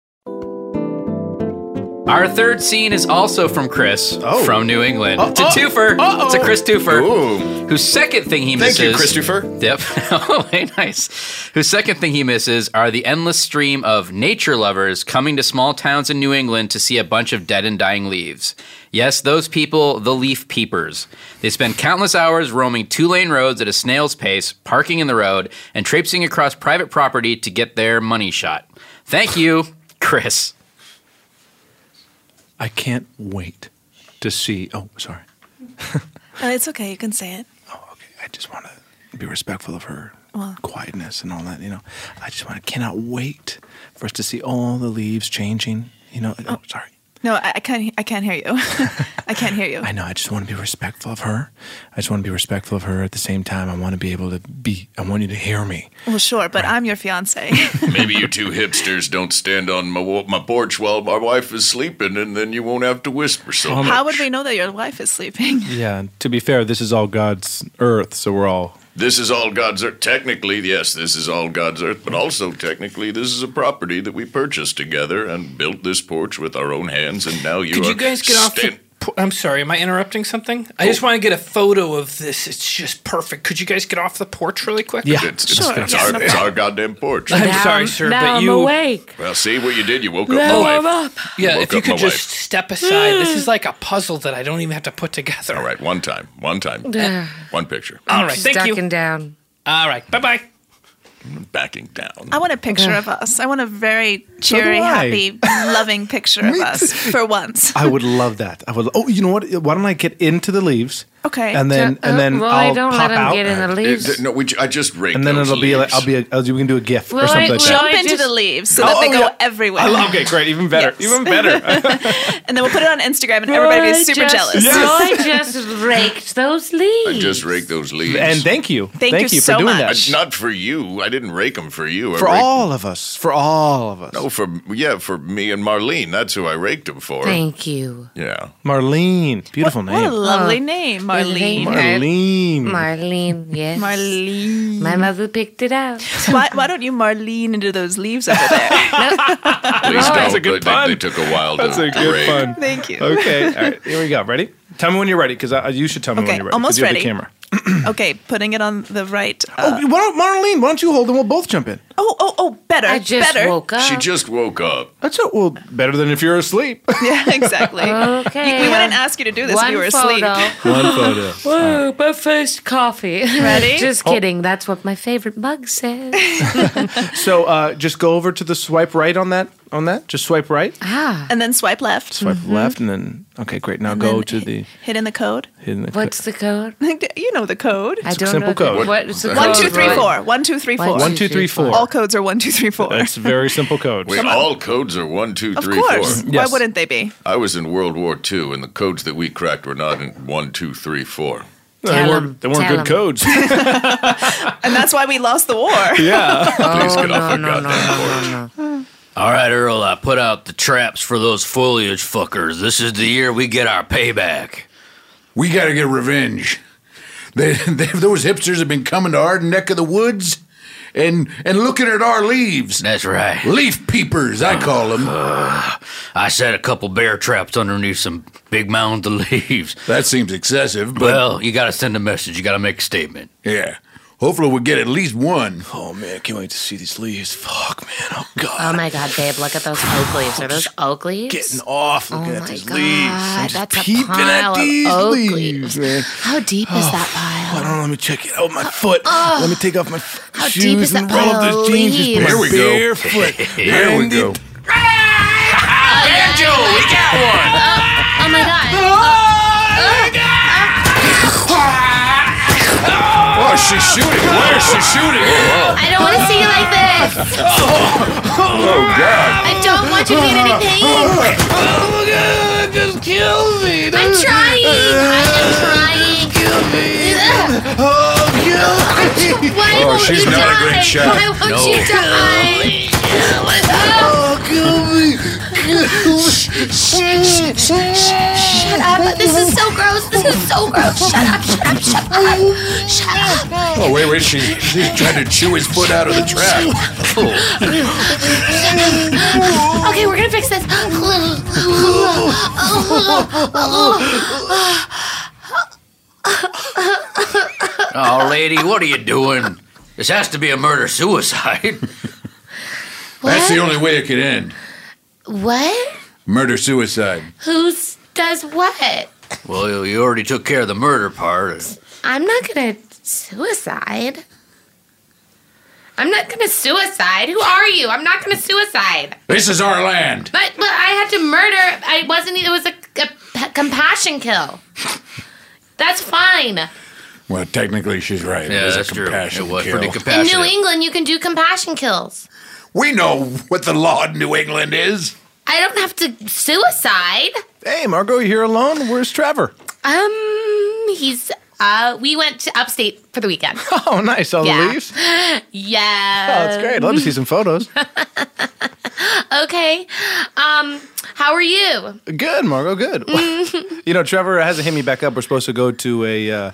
Speaker 3: Our third scene is also from Chris
Speaker 7: Oh.
Speaker 3: from New
Speaker 7: Uh,
Speaker 3: England. It's a twofer. It's a Chris twofer. Whose second thing he
Speaker 7: Thank
Speaker 3: misses.
Speaker 7: you, Christopher.
Speaker 3: Yep. [laughs] oh, hey, nice. Whose second thing he misses are the endless stream of nature lovers coming to small towns in New England to see a bunch of dead and dying leaves. Yes, those people, the leaf peepers. They spend countless hours roaming two lane roads at a snail's pace, parking in the road, and traipsing across private property to get their money shot. Thank you, Chris.
Speaker 10: I can't wait to see. Oh, sorry.
Speaker 8: [laughs] Uh, it's okay. You can say it.
Speaker 10: I just want to be respectful of her
Speaker 8: Well,
Speaker 10: quietness and all that. You know, I just want to cannot wait for us to see all the leaves changing. You know, oh, sorry.
Speaker 8: no, I, I can't. I can't hear you. [laughs] I can't hear you.
Speaker 10: I know. I just want to be respectful of her. I just want to be respectful of her. At the same time, I want to be able to be. I want you to hear me.
Speaker 8: Well, sure, but I'm your
Speaker 10: [laughs]
Speaker 8: fiance.
Speaker 7: Maybe you two hipsters don't stand on my, wa- my porch while my wife is sleeping, and then you won't have to whisper so much.
Speaker 8: How would we know that your wife is sleeping?
Speaker 10: Yeah. and To be fair, this is all God's earth, so we're all.
Speaker 7: This is all God's earth. Technically, yes, this is all God's earth, but also technically, this is a property that we purchased together and built this porch with our own hands, and now you
Speaker 11: Could
Speaker 7: are.
Speaker 11: you guys get off? The, po- I'm sorry. Am I interrupting something? I
Speaker 7: Oh.
Speaker 11: just want to get a photo of this. It's just perfect. Could you guys get off the porch really quick?
Speaker 7: Yeah, it's, it's, it's, our, it's our goddamn porch.
Speaker 11: I'm sorry, sir, but you
Speaker 7: Well, see what you did. You woke up
Speaker 11: Now
Speaker 7: my
Speaker 11: I'm
Speaker 7: wife.
Speaker 11: up. Yeah,
Speaker 7: woke
Speaker 11: if you
Speaker 7: up my
Speaker 11: could just
Speaker 7: wife.
Speaker 11: step aside.
Speaker 8: Hmm.
Speaker 11: this is like a puzzle that I don't even have to put together. All
Speaker 7: right, one time, one time, one picture.
Speaker 11: All right, thank you.
Speaker 8: Ducking
Speaker 11: down. All right, bye bye.
Speaker 7: Backing down.
Speaker 8: I want a picture of us. I want a very cheery,
Speaker 10: I.
Speaker 8: happy, loving picture of
Speaker 10: [laughs] Me
Speaker 8: us for once.
Speaker 10: I would love that. I would. Oh, you know what? Why don't I get into the leaves?
Speaker 8: Okay.
Speaker 10: And then
Speaker 8: So-
Speaker 10: and then
Speaker 8: well, I
Speaker 10: I'll
Speaker 8: don't
Speaker 10: pop
Speaker 8: let him
Speaker 10: out.
Speaker 8: get in
Speaker 7: Uh,
Speaker 8: the leaves.
Speaker 7: It- no, we, j- I just raked
Speaker 10: and then
Speaker 7: those
Speaker 10: it'll be like
Speaker 7: leaves.
Speaker 10: I'll be a, I'll, we can do a GIF
Speaker 8: Will
Speaker 10: or
Speaker 8: I-
Speaker 10: something like
Speaker 8: will
Speaker 10: that.
Speaker 8: I Jump into just- the leaves so that they
Speaker 10: Oh,
Speaker 8: go everywhere.
Speaker 10: I
Speaker 7: Oh,
Speaker 10: love- okay, great, even better,
Speaker 8: Yes.
Speaker 10: even better.
Speaker 8: [laughs] and then we'll put it on Instagram, and everybody will be
Speaker 1: Roy
Speaker 8: super
Speaker 1: just-
Speaker 8: jealous.
Speaker 1: Roy just raked those leaves.
Speaker 7: I just raked those leaves.
Speaker 10: And thank you.
Speaker 8: Thank Thank you you for so doing that. much.
Speaker 7: Uh, Not for you. I didn't rake them for you. I
Speaker 10: for
Speaker 7: raked-
Speaker 10: all of us, for all of us.
Speaker 7: No, for yeah, for me and Marlene. That's who I raked them for.
Speaker 10: Thank
Speaker 1: you.
Speaker 7: Yeah.
Speaker 10: Marlene, beautiful
Speaker 8: What
Speaker 10: name.
Speaker 8: a lovely name, Marlene.
Speaker 10: Marlene.
Speaker 1: Marlene, yes. Marlene. My mother picked it out.
Speaker 8: Why, why don't you Marlene into those leaves over there? [laughs]
Speaker 7: Please
Speaker 10: That's
Speaker 7: don't.
Speaker 10: a good
Speaker 7: They- they, they took a while
Speaker 10: That's
Speaker 7: to
Speaker 10: a
Speaker 7: to
Speaker 10: good
Speaker 7: rake.
Speaker 10: fun.
Speaker 8: Thank you.
Speaker 10: Okay, all
Speaker 8: [laughs]
Speaker 10: right, here we go. Ready? Tell me when you're ready, because you should tell me
Speaker 8: Okay,
Speaker 10: when you're ready. 'cause
Speaker 8: almost
Speaker 10: you have
Speaker 8: ready.
Speaker 10: The camera.
Speaker 8: [clears throat] okay, putting it on the right. uh,
Speaker 10: oh, why don't, Marlene, why don't you hold and we'll both jump in?
Speaker 8: Oh, oh, oh, better. I
Speaker 1: just
Speaker 8: better.
Speaker 1: woke
Speaker 7: She
Speaker 1: [laughs]
Speaker 7: just woke up.
Speaker 10: That's it. Well, better than if you're asleep.
Speaker 8: yeah, exactly.
Speaker 1: Okay.
Speaker 8: We- we wouldn't ask you to do this if
Speaker 1: One
Speaker 8: you were asleep.
Speaker 1: photo.
Speaker 10: One photo.
Speaker 1: Whoa, but
Speaker 4: [laughs]
Speaker 1: first coffee.
Speaker 8: Ready?
Speaker 1: just
Speaker 10: Oh.
Speaker 1: kidding. That's what my favorite mug says.
Speaker 10: [laughs] So uh, just go over to the swipe right on that. On that, just swipe right,
Speaker 1: [laughs] ah.
Speaker 8: And then swipe left. Mm-hmm.
Speaker 10: swipe
Speaker 1: Mm-hmm.
Speaker 10: left, and then okay, great. Now go to the
Speaker 8: Hit in the code.
Speaker 10: hidden.
Speaker 1: What's the code?
Speaker 8: [laughs] You know the code.
Speaker 10: It's a don't simple know the- code.
Speaker 1: What's the
Speaker 8: One,
Speaker 1: code?
Speaker 8: two, three,
Speaker 1: Roy?
Speaker 8: four. One, two, three, four.
Speaker 10: One, two, three, four.
Speaker 8: All codes are one, two, three, four.
Speaker 10: [laughs] That's very simple code.
Speaker 7: Wait, all codes are one, two,
Speaker 8: Of
Speaker 7: three, four.
Speaker 8: course. Why wouldn't they be?
Speaker 7: I was in World War II, and the codes that we cracked were not in one, two, three, four.
Speaker 10: They Tell weren't- 'em. they weren't Tell good 'em.
Speaker 8: [laughs]
Speaker 10: codes.
Speaker 8: And that's why we lost the war.
Speaker 10: [laughs]
Speaker 8: [laughs]
Speaker 7: Please get off
Speaker 1: no,
Speaker 7: our
Speaker 1: no,
Speaker 7: goddamn
Speaker 1: no,
Speaker 7: porch.
Speaker 12: All right, Earl, I put out the traps for those foliage fuckers. This is the year we get our payback.
Speaker 2: We got to get revenge.
Speaker 14: [laughs]
Speaker 2: They, they, those hipsters have been coming to our neck of the woods and and looking at our leaves. That's right. Leaf peepers, I call them.
Speaker 12: Uh, I set a couple bear traps underneath some big mounds of [laughs] leaves.
Speaker 2: That seems excessive, but
Speaker 12: Well, you got to send a message. You got to make a statement.
Speaker 2: yeah. Hopefully, we'll get at least one.
Speaker 10: Oh man, I can't wait to see these leaves. Fuck, man,
Speaker 1: Oh my god, babe, look at those oak leaves. Are those oak leaves?
Speaker 10: Getting off
Speaker 4: Oh
Speaker 1: looking at
Speaker 2: these
Speaker 1: leaves. I'm just That's peeping a
Speaker 2: peeping at
Speaker 1: pile
Speaker 2: these
Speaker 1: of oak
Speaker 2: leaves,
Speaker 1: leaves. How deep is that pile?
Speaker 10: Hold on, let me check it. Oh my foot.
Speaker 1: Oh.
Speaker 10: Let me take off my. f-
Speaker 1: How deep is that? Oh, leaves.
Speaker 20: There we go.
Speaker 1: There we
Speaker 20: go.
Speaker 1: Banjo, we got one.
Speaker 17: [laughs]
Speaker 1: oh my god.
Speaker 7: Ah! Oh, she's shooting. Where is she shooting?
Speaker 1: I don't want to see you like this.
Speaker 7: Oh, God.
Speaker 1: I don't want you to get any
Speaker 17: [laughs]
Speaker 7: Ah!
Speaker 1: pain.
Speaker 17: Oh, God, it just kills me.
Speaker 1: I'm trying. I'm trying. Kill me. Oh, kill me. [laughs] Why
Speaker 17: Oh,
Speaker 1: won't
Speaker 17: she's
Speaker 1: you
Speaker 17: not a
Speaker 1: die?
Speaker 17: great shot.
Speaker 1: Why won't
Speaker 17: No.
Speaker 1: you die?
Speaker 17: Oh, kill me.
Speaker 1: Shut up. This is so gross. This is so gross. Oh, Shut up. Shut up. Shut up. Shut up.
Speaker 14: Oh wait, wait! She's she's trying to chew his foot out of the trap.
Speaker 1: okay, we're gonna fix this.
Speaker 12: Oh, lady, what are you doing? This has to be a murder suicide. [laughs]
Speaker 14: That's the
Speaker 1: What?
Speaker 14: only way it could end.
Speaker 1: what?
Speaker 14: Murder suicide.
Speaker 1: Who's does what?
Speaker 12: Well, you- you already took care of the murder part.
Speaker 1: I'm not gonna suicide. I'm not gonna suicide. Who are you? I'm not gonna suicide.
Speaker 14: This is our land.
Speaker 1: But but I had to murder. I wasn't. It was a, a compassion kill. That's fine.
Speaker 14: Well, technically, she's right.
Speaker 12: Yeah,
Speaker 14: it was
Speaker 12: that's
Speaker 14: a
Speaker 12: true.
Speaker 14: compassion
Speaker 12: It was
Speaker 14: kill.
Speaker 12: pretty
Speaker 1: In New England, you can do compassion kills.
Speaker 14: We know what the law in New England is.
Speaker 1: I don't have to suicide.
Speaker 10: Hey, Margot, you here alone? Where's Trevor? [laughs]
Speaker 1: Um, he's. Uh, we went to upstate for the
Speaker 10: [laughs]
Speaker 1: weekend.
Speaker 10: Oh, nice. All the leaves?
Speaker 1: [laughs] Yeah.
Speaker 10: Oh, that's great. I'd love to see some photos.
Speaker 1: Okay. Um, how are you?
Speaker 10: Good, Margot, good.
Speaker 1: Mm.
Speaker 10: [laughs] you know, Trevor hasn't hit me back up. We're supposed to go to a uh,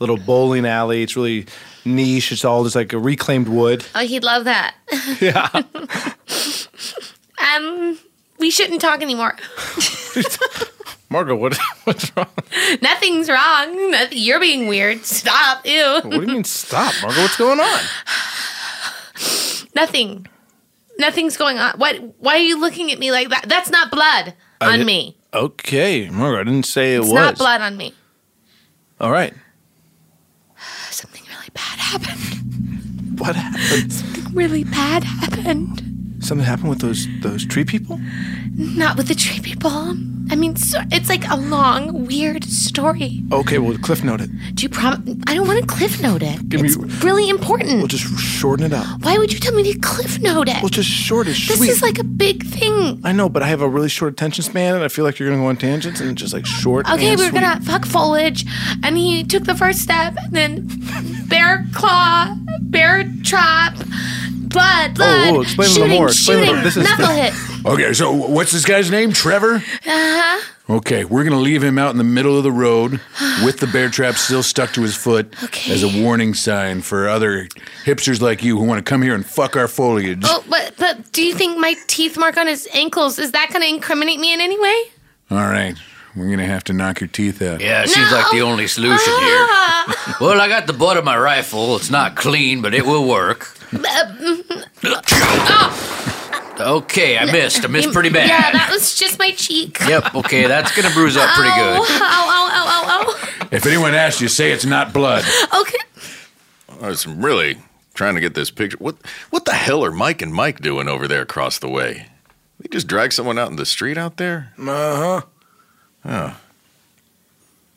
Speaker 10: little bowling alley. It's really niche. It's all just like a reclaimed wood.
Speaker 1: [laughs] Oh, he'd love that.
Speaker 10: [laughs] Yeah.
Speaker 1: [laughs] Um, we shouldn't
Speaker 10: [laughs]
Speaker 1: talk anymore. [laughs]
Speaker 10: Margot, what, [laughs] what's wrong?
Speaker 1: Nothing's wrong. Nothing, you're being weird. Stop. Ew.
Speaker 10: What do you mean stop, Margot? What's going on?
Speaker 1: [laughs] Nothing. Nothing's going on. What? Why are you looking at me like that? That's not blood
Speaker 10: I
Speaker 1: on
Speaker 10: did-
Speaker 1: me.
Speaker 10: Okay, Margot, I didn't say it
Speaker 1: It's
Speaker 10: was.
Speaker 1: not blood on me.
Speaker 10: All right. Something really bad happened. What happened?
Speaker 1: Really bad happened.
Speaker 10: Something happened with those those tree people?
Speaker 1: Not with the tree people. I mean, so, it's like a long, weird story.
Speaker 10: Okay, well, cliff note it.
Speaker 1: Do you prom? I don't want to cliff note it.
Speaker 10: Give me-
Speaker 1: it's really important.
Speaker 10: We'll just shorten it up.
Speaker 1: Why would you tell me to cliff note it?
Speaker 10: Well, just short as
Speaker 1: This
Speaker 10: sweet.
Speaker 1: is like a big thing.
Speaker 10: I know, but I have a really short attention span, and I feel like you're gonna go on tangents and just like short.
Speaker 1: Okay,
Speaker 10: and
Speaker 1: we were
Speaker 10: sweet.
Speaker 1: gonna fuck foliage, and he took the first step, and then bear claw, bear trap, blood, blood,
Speaker 14: oh, explain a little
Speaker 1: shooting,
Speaker 14: more, explain a
Speaker 1: shooting,
Speaker 14: little- this is-
Speaker 1: knucklehead.
Speaker 14: Okay, so what's this guy's name? Trevor? [laughs]
Speaker 1: Uh-huh.
Speaker 14: Okay, we're going to leave him out in the middle of the road with the bear trap still stuck to his foot as a warning sign for other hipsters like you who want to come here and fuck our foliage.
Speaker 1: Oh, but but do you think my teeth mark on his ankles is that gonna incriminate me in any way?
Speaker 14: All right, we're going to have to knock your teeth out.
Speaker 12: Yeah, it seems like the only solution here.
Speaker 1: Ah.
Speaker 12: Well, I got the butt of my rifle. It's not clean, but it will work. Okay, I missed. I missed pretty bad. [laughs]
Speaker 1: Yeah, that was just my cheek. Oh,
Speaker 12: Yep, okay, that's gonna bruise up pretty
Speaker 1: Ow, ow, ow, ow, ow,
Speaker 14: If anyone asks you, say it's not blood.
Speaker 1: ow. oh, Okay.
Speaker 7: I was really trying to get this picture. What what the hell are Mike and Mike doing over there across the way? They just drag someone out in the street out there?
Speaker 10: Uh huh.
Speaker 7: Oh.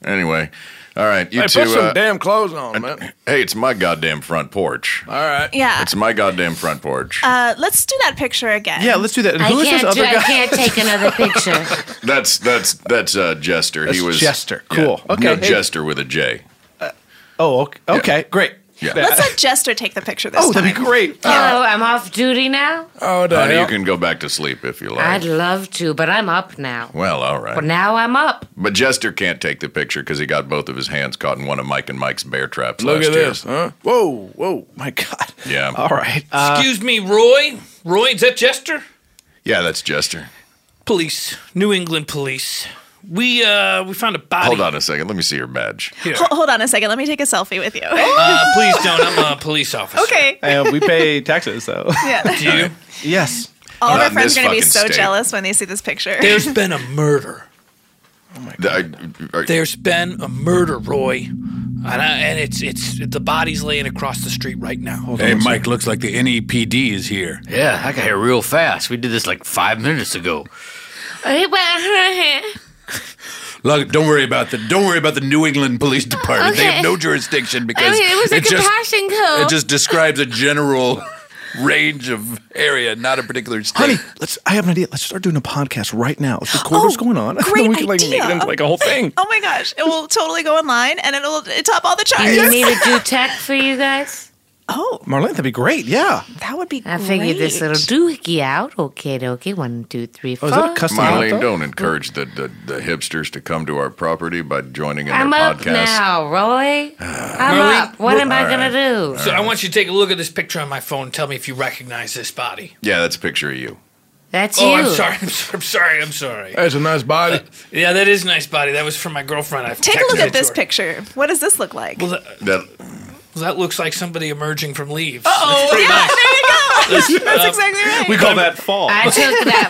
Speaker 7: Anyway, all right, you
Speaker 10: Hey,
Speaker 7: two.
Speaker 10: put some
Speaker 7: uh,
Speaker 10: damn clothes on, man.
Speaker 7: hey, it's my goddamn front porch.
Speaker 10: All right.
Speaker 8: Yeah.
Speaker 7: It's my goddamn front porch.
Speaker 8: Uh, let's do that picture again.
Speaker 10: Yeah, let's do that.
Speaker 8: I can't do- I
Speaker 1: can't
Speaker 10: [laughs]
Speaker 1: take another picture.
Speaker 7: That's that's that's uh, Jester. he
Speaker 10: That's
Speaker 7: was
Speaker 10: Jester.
Speaker 7: yeah.
Speaker 10: Cool. Okay.
Speaker 7: No
Speaker 10: Hey.
Speaker 7: Jester with a J.
Speaker 10: Oh, okay, okay great.
Speaker 7: Yeah.
Speaker 8: Let's let Jester take the picture this
Speaker 10: Oh,
Speaker 8: time.
Speaker 10: that'd be great.
Speaker 4: Oh,
Speaker 1: Hello, I'm off duty now.
Speaker 10: Oh,
Speaker 7: Honey, you can go back to sleep if you like.
Speaker 1: I'd love to, but I'm up now.
Speaker 7: well, all right.
Speaker 1: But now I'm up.
Speaker 7: But Jester can't take the picture because he got both of his hands caught in one of Mike and Mike's bear traps
Speaker 10: Look
Speaker 7: last
Speaker 10: at
Speaker 7: year.
Speaker 10: this, huh? Whoa, whoa, my God.
Speaker 7: Yeah.
Speaker 10: All right. uh,
Speaker 8: Uh,
Speaker 11: Excuse me, Roy. Roy, is that Jester?
Speaker 7: Yeah, that's Jester.
Speaker 11: Police, New England police. We uh we found a body.
Speaker 7: Hold on a second. Let me see your badge.
Speaker 11: Here.
Speaker 8: Hol- hold on a second. Let me take a selfie with you.
Speaker 7: Oh,
Speaker 8: [laughs]
Speaker 11: Uh, please don't. I'm a police officer.
Speaker 8: okay.
Speaker 10: And we [laughs] pay taxes,
Speaker 5: [laughs]
Speaker 10: though.
Speaker 8: Yeah.
Speaker 11: Do you?
Speaker 10: Yes.
Speaker 8: [laughs] All of
Speaker 7: Not
Speaker 8: our
Speaker 7: in
Speaker 8: friends
Speaker 7: this
Speaker 8: are going to be
Speaker 7: fucking
Speaker 8: so
Speaker 7: state.
Speaker 8: jealous when they see this picture. [laughs]
Speaker 13: [laughs]
Speaker 11: There's been a murder.
Speaker 7: Th- I- I-
Speaker 11: There's been a murder, Roy. And, I, and it's it's the body's laying across the street right now.
Speaker 2: Hey, Mike, looks like the NEPD is here.
Speaker 12: Yeah, I got here real fast. We did this like five minutes ago.
Speaker 1: [laughs]
Speaker 2: Look, don't worry about the don't worry about the New England Police Department. They
Speaker 1: Okay.
Speaker 2: have no jurisdiction because
Speaker 1: mean, it was a compassion code.
Speaker 2: It just describes a general [laughs] range of area, not a particular state.
Speaker 5: Honey, let's. I have an idea. Let's start doing a podcast right now. Let's record what's going on.
Speaker 8: Oh,
Speaker 5: [laughs]
Speaker 8: Great
Speaker 5: we can like
Speaker 8: idea.
Speaker 5: make it into like a whole thing.
Speaker 8: Oh my gosh, it will totally go online and it'll top all the charts.
Speaker 4: And you need
Speaker 8: [laughs]
Speaker 4: to do tech for you guys?
Speaker 8: [laughs] Oh,
Speaker 5: Marlene, that'd be great. Yeah.
Speaker 8: that would be
Speaker 4: I figured this
Speaker 8: great.
Speaker 4: little doohickey out. Okay, okay. One, two, three,
Speaker 7: Oh,
Speaker 10: oh,
Speaker 4: four.
Speaker 7: Marlene, don't encourage the, the, the hipsters to come to our property by joining in
Speaker 4: I'm
Speaker 7: their
Speaker 4: up
Speaker 7: podcast.
Speaker 4: now, Roy. I'm
Speaker 11: Marlene,
Speaker 4: up. What
Speaker 11: we're-
Speaker 4: am I
Speaker 7: All
Speaker 4: gonna do?
Speaker 11: So I want you to take a look at this picture on my phone. and Tell me if you recognize this body.
Speaker 7: Yeah, that's a picture of you.
Speaker 4: That's
Speaker 11: oh,
Speaker 4: you.
Speaker 11: I'm sorry. [laughs] I'm sorry. I'm sorry. I'm sorry.
Speaker 10: That's a nice body.
Speaker 11: Yeah, that is a nice body. That was from my girlfriend. I
Speaker 8: Take a look at this picture. What does this look like?
Speaker 11: Well, that, well, that looks like somebody emerging from leaves.
Speaker 8: oh,
Speaker 11: That's pretty
Speaker 8: yeah,
Speaker 11: nice.
Speaker 8: there you go. [laughs] That's
Speaker 11: Uh,
Speaker 8: exactly right.
Speaker 11: We call
Speaker 5: that fall.
Speaker 4: I took that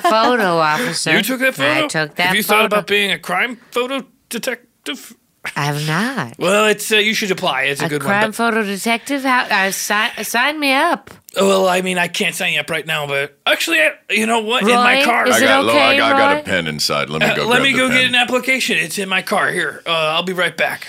Speaker 11: [laughs]
Speaker 4: photo, officer.
Speaker 11: You took that photo.
Speaker 4: I took that
Speaker 11: Have you
Speaker 4: photo.
Speaker 11: thought about being a crime photo detective?
Speaker 4: I have not.
Speaker 11: Well, it's uh, you should apply. It's a,
Speaker 4: a
Speaker 11: good
Speaker 4: crime
Speaker 11: one.
Speaker 4: photo detective? How? Uh, sign, sign me up.
Speaker 11: But, well, I mean, I can't sign you up right now, but actually,
Speaker 12: [laughs]
Speaker 11: I, you know what? in my
Speaker 4: Roy,
Speaker 11: car,
Speaker 4: is
Speaker 7: I
Speaker 4: it
Speaker 7: got,
Speaker 4: okay,
Speaker 7: I, got, I got
Speaker 4: Roy?
Speaker 7: a pen inside. Let me
Speaker 11: Uh,
Speaker 7: go.
Speaker 11: let
Speaker 7: grab
Speaker 11: me
Speaker 7: the
Speaker 11: go
Speaker 7: pen.
Speaker 11: get an application. It's in my car. Here, uh, I'll be right back.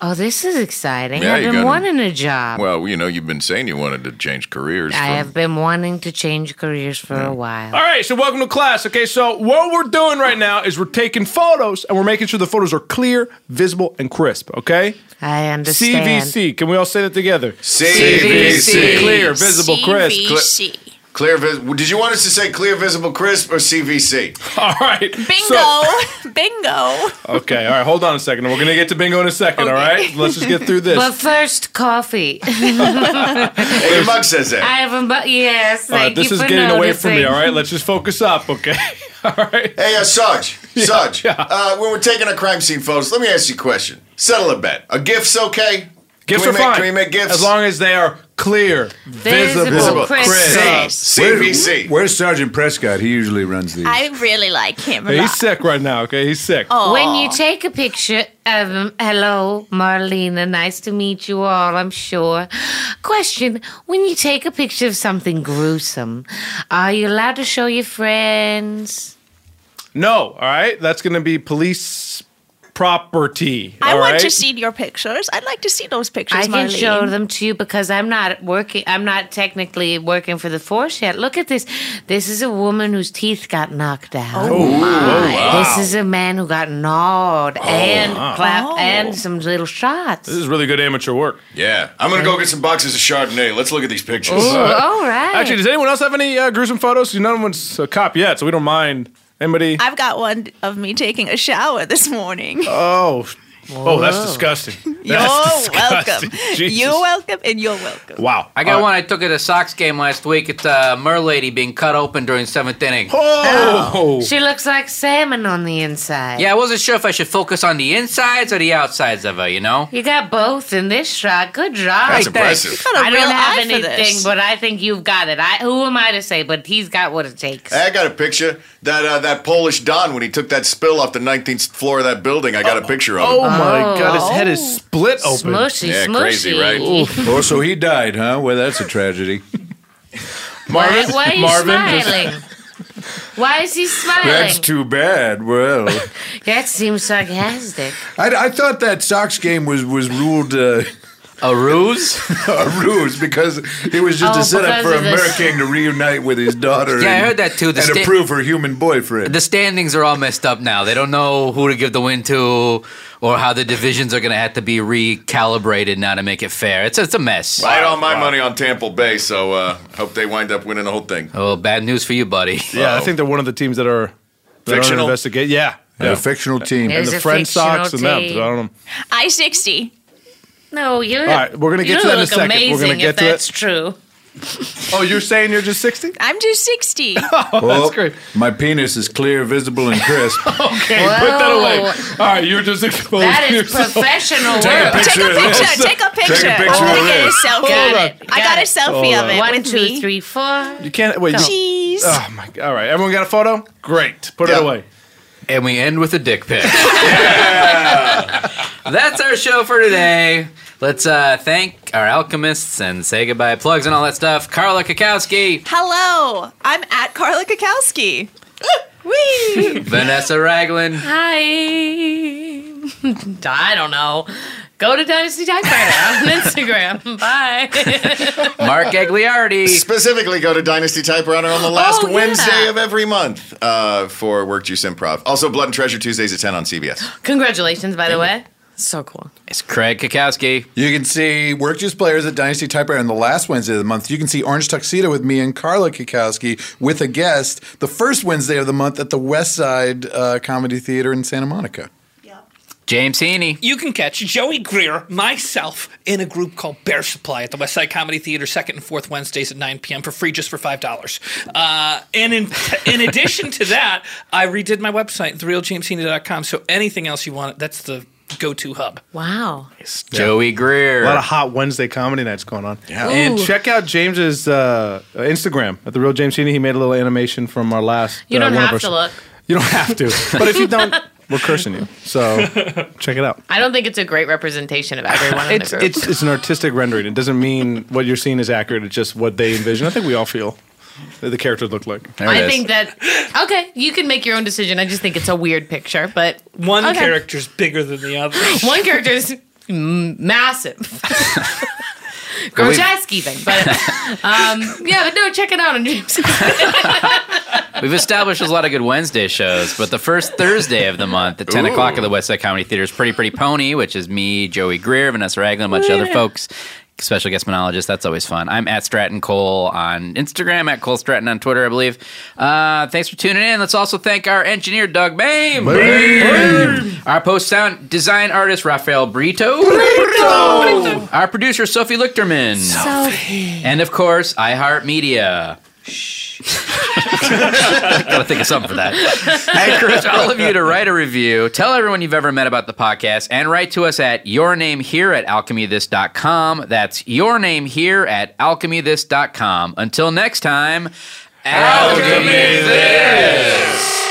Speaker 4: Oh, this is exciting.
Speaker 7: Yeah,
Speaker 4: I've
Speaker 7: you
Speaker 4: been
Speaker 7: gotta-
Speaker 4: wanting a job.
Speaker 7: Well, you know, you've been saying you wanted to change careers.
Speaker 4: I
Speaker 7: for-
Speaker 4: have been wanting to change careers for a while.
Speaker 10: [laughs] All right, so welcome to class. Okay, so what we're doing right now is we're taking photos and we're making sure the photos are clear, visible, and crisp. Okay.
Speaker 4: I understand.
Speaker 10: CVC. Can we all say that together?
Speaker 7: CVC.
Speaker 10: Clear, visible, crisp.
Speaker 7: CVC. Clear. Vis- Did you want us to say clear, visible, crisp, or CVC?
Speaker 10: [laughs] All right.
Speaker 8: Bingo. Bingo.
Speaker 10: Okay. All right. Hold on a second. We're gonna get to bingo in a second. All right. Let's
Speaker 8: [laughs]
Speaker 10: just get through this.
Speaker 4: But
Speaker 10: [laughs]
Speaker 4: first, coffee.
Speaker 10: hey,
Speaker 7: your mug says
Speaker 4: I haven't, but yes,
Speaker 10: All
Speaker 4: thank
Speaker 10: right, this
Speaker 4: you
Speaker 10: is
Speaker 4: for
Speaker 10: getting
Speaker 4: noticing.
Speaker 10: away from me. All right, let's just focus up, okay? [laughs]
Speaker 7: Hey, uh, Sarge, Sarge. Uh, when we're taking our crime scene photos, let me ask you a question. Settle a bet. A gift's okay.
Speaker 10: Gifts
Speaker 7: can
Speaker 10: are
Speaker 7: we make,
Speaker 10: fine.
Speaker 7: Can we make gifts?
Speaker 10: As long as they are clear, visible,
Speaker 7: Visible,
Speaker 10: crisp.
Speaker 7: CVC.
Speaker 2: Where's Sergeant Prescott? He usually runs these.
Speaker 1: I really like him.
Speaker 10: Hey, he's sick right now, okay? He's sick.
Speaker 4: When you take a picture of him, hello, Marlena, nice to meet you all, I'm sure. Question When you take a picture of something gruesome, are you allowed to show your friends?
Speaker 10: No, all right? That's going to be police property.
Speaker 8: I
Speaker 10: all
Speaker 8: want to
Speaker 10: right?
Speaker 8: see your pictures. I'd like to see those pictures.
Speaker 4: I can
Speaker 8: Marlene.
Speaker 4: show them to you because I'm not working. I'm not technically working for the force yet. Look at this. This is a woman whose teeth got knocked out.
Speaker 10: Oh, my. Oh, wow.
Speaker 4: This is a man who got gnawed and
Speaker 10: wow.
Speaker 4: clapped
Speaker 10: Oh.
Speaker 4: and some little shots.
Speaker 10: This is really good amateur work.
Speaker 7: Yeah, I'm gonna go get some boxes of Chardonnay. Let's look at these pictures.
Speaker 4: Ooh, all right.
Speaker 10: Actually, does anyone else have any uh, gruesome photos? 'Cause None of one's a cop yet, so we don't mind. Anybody?
Speaker 8: I've got one of me taking a shower this morning.
Speaker 10: Oh. Oh, that's
Speaker 8: Whoa.
Speaker 10: disgusting.
Speaker 8: You're
Speaker 10: That's
Speaker 8: welcome.
Speaker 10: disgusting. [laughs] Jesus.
Speaker 8: You're welcome, and you're welcome.
Speaker 10: Wow.
Speaker 3: I got
Speaker 10: Uh,
Speaker 3: one I took at a Sox game last week. It's a Merlady being cut open during seventh inning.
Speaker 10: Oh.
Speaker 4: She looks like salmon on the inside.
Speaker 3: Yeah, I wasn't sure if I should focus on the insides or the outsides of her, you know?
Speaker 4: You got both in this shot. Good job.
Speaker 3: That's Hey, thanks. impressive. You
Speaker 4: I
Speaker 3: got a
Speaker 4: don't
Speaker 3: real
Speaker 4: have
Speaker 3: eye for
Speaker 4: anything,
Speaker 3: this.
Speaker 4: but I think you've got it. I who am I to say? But he's got what it takes.
Speaker 7: Hey, I got a picture that uh, that Polish Don when he took that spill off the 19th floor of that building. I got a picture of.
Speaker 10: Oh,
Speaker 7: him.
Speaker 10: my God, his head
Speaker 3: Oh.
Speaker 10: is split open.
Speaker 4: Smushy,
Speaker 7: Yeah, crazy,
Speaker 4: smushy.
Speaker 7: right?
Speaker 2: oh, so he died, huh? Well, that's a tragedy.
Speaker 4: Why, why are you
Speaker 2: Marvin just-
Speaker 4: smiling? why is he smiling?
Speaker 2: That's too bad. Well,
Speaker 4: That seems sarcastic.
Speaker 2: I, I thought that Sox game was was ruled. Uh,
Speaker 3: a
Speaker 5: [laughs]
Speaker 3: ruse?
Speaker 2: a ruse, because it was just
Speaker 3: Oh,
Speaker 2: a setup
Speaker 3: because
Speaker 2: for a
Speaker 3: of this.
Speaker 2: American to reunite with his daughter.
Speaker 3: Yeah, I
Speaker 2: and-
Speaker 3: heard that too. The
Speaker 2: and
Speaker 3: sta-
Speaker 2: approve her human
Speaker 3: [laughs]
Speaker 2: boyfriend.
Speaker 3: The standings are all messed up now. They don't know who to give the win to or how the divisions are going to have to be recalibrated now to make it fair. It's, it's a mess.
Speaker 7: I had all my money on Tampa Bay, so uh, hope they wind up winning the whole thing.
Speaker 3: Oh, bad news for you, buddy.
Speaker 10: [laughs] Yeah, I think they're one of the teams that are that
Speaker 7: Fictional?
Speaker 10: Are investigate. Yeah,
Speaker 2: They're a
Speaker 10: Yeah.
Speaker 2: fictional team.
Speaker 10: and
Speaker 4: It's
Speaker 10: the
Speaker 4: a
Speaker 10: French
Speaker 4: fictional
Speaker 10: Sox and them. so I don't know.
Speaker 8: I sixty.
Speaker 4: No, you.
Speaker 10: All right, we're gonna get
Speaker 4: you
Speaker 10: to that in a
Speaker 4: look
Speaker 10: second. We're
Speaker 4: Amazing
Speaker 10: gonna get
Speaker 4: if
Speaker 10: to it.
Speaker 4: that's true.
Speaker 10: Oh, you're saying you're just sixty?
Speaker 8: I'm just
Speaker 10: [laughs]
Speaker 8: sixty.
Speaker 10: Oh,
Speaker 3: Oh,
Speaker 2: Well, My penis is clear, visible, and crisp.
Speaker 3: [laughs]
Speaker 10: Okay, put that
Speaker 8: Whoa.
Speaker 10: away. All right, you're just exposed.
Speaker 8: That is
Speaker 10: yourself.
Speaker 8: professional Take a work. picture Take a of picture, this. take a picture. Take a picture Oh, of look at this. his selfie.
Speaker 10: Hold
Speaker 8: Got
Speaker 10: on.
Speaker 8: it. I got a selfie
Speaker 10: Hold
Speaker 8: of
Speaker 10: on.
Speaker 8: it.
Speaker 4: One,
Speaker 8: With
Speaker 4: two,
Speaker 8: me.
Speaker 4: three, four.
Speaker 10: You can't wait.
Speaker 4: Go.
Speaker 10: you-
Speaker 4: Cheese.
Speaker 10: Oh my! All right, everyone got a photo. Great, put it away.
Speaker 3: and we end with a dick
Speaker 10: [laughs]
Speaker 3: pic. [laughs] That's our show for today. Let's uh, thank our alchemists and say goodbye plugs and all that stuff. Carla Kakowski,
Speaker 8: Hello, I'm at Carla Kakowski. Wee!
Speaker 3: Vanessa Ragland,
Speaker 4: Hi. [laughs] I don't know. Go to Dynasty Typewriter
Speaker 10: [laughs]
Speaker 4: on Instagram. Bye.
Speaker 3: [laughs] Mark Gagliardi.
Speaker 7: Specifically, go to Dynasty Typewriter on the last
Speaker 4: Oh, yeah.
Speaker 7: Wednesday of every month uh, for Work Juice Improv. Also, Blood and Treasure Tuesdays at 10 on CBS.
Speaker 4: Congratulations, by the way. So cool.
Speaker 3: [laughs] It's Craig Kakowski.
Speaker 5: You can see Work Juice Players at Dynasty Typewriter on the last Wednesday of the month. You can see Orange Tuxedo with me and Carla Kikowski with a guest the first Wednesday of the month at the West Side uh, Comedy Theater in Santa Monica.
Speaker 3: James Heaney.
Speaker 11: You can catch Joey Greer, myself, in a group called Bear Supply at the Westside Comedy Theater, second and fourth Wednesdays at 9 p.m. for free, just for five dollars. Uh, and in in addition to that, I redid my website, therealjamesina.com. So anything else you want, that's the go-to hub.
Speaker 4: Wow.
Speaker 3: Joey Greer.
Speaker 10: A lot of hot Wednesday comedy nights going on.
Speaker 11: Yeah.
Speaker 10: And
Speaker 4: Ooh.
Speaker 10: check out James's uh, Instagram at the real James Heaney. He made a little animation from our last.
Speaker 4: You
Speaker 10: uh,
Speaker 4: don't
Speaker 10: one of
Speaker 4: have
Speaker 10: our-
Speaker 4: to look.
Speaker 10: You don't have
Speaker 4: [laughs]
Speaker 10: to, but if you don't, we're cursing you. So check it out.
Speaker 4: I don't think it's a great representation of everyone in
Speaker 10: It's,
Speaker 4: the group.
Speaker 10: it's it's an artistic rendering. It doesn't mean what you're seeing is accurate. It's just what they envision. I think we all feel that the characters look like.
Speaker 4: I think that okay, you can make your own decision. I just think it's a weird picture, but
Speaker 11: One
Speaker 4: okay.
Speaker 11: character's bigger than the other.
Speaker 4: [laughs] one character is
Speaker 11: [laughs]
Speaker 4: m- massive,
Speaker 11: Can we-
Speaker 4: grotesque even. But um, yeah, but no, check it out on James.
Speaker 3: We've established there's a lot of good Wednesday shows, but the first Thursday of the month at 10
Speaker 4: Ooh.
Speaker 3: o'clock at the Westside Comedy Theater is Pretty Pretty Pony, which is me, Joey Greer, Vanessa Ragland, a bunch of other folks. Special guest monologist. That's always fun. I'm at Stratton Cole on Instagram, at Cole Stratton on Twitter, I believe. Uh, thanks for tuning in. Let's also thank our engineer, Doug Bame. Our post sound design artist, Rafael Brito. Brito. Our producer, Sophie Lichterman. And of course, iHeartMedia. [laughs] Gotta think of something for that. I
Speaker 11: [laughs]
Speaker 3: encourage all of you to write a review, tell everyone you've ever met about the podcast, and write to us at your name here at alchemythis.com. That's your name here at alchemythis.com. Until next time, Alchemy This!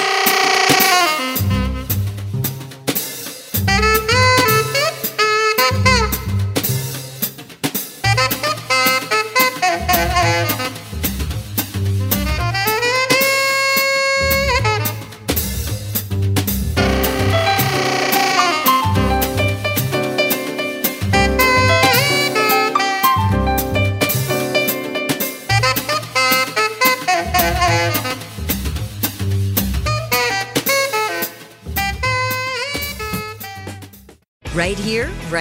Speaker 21: Right here,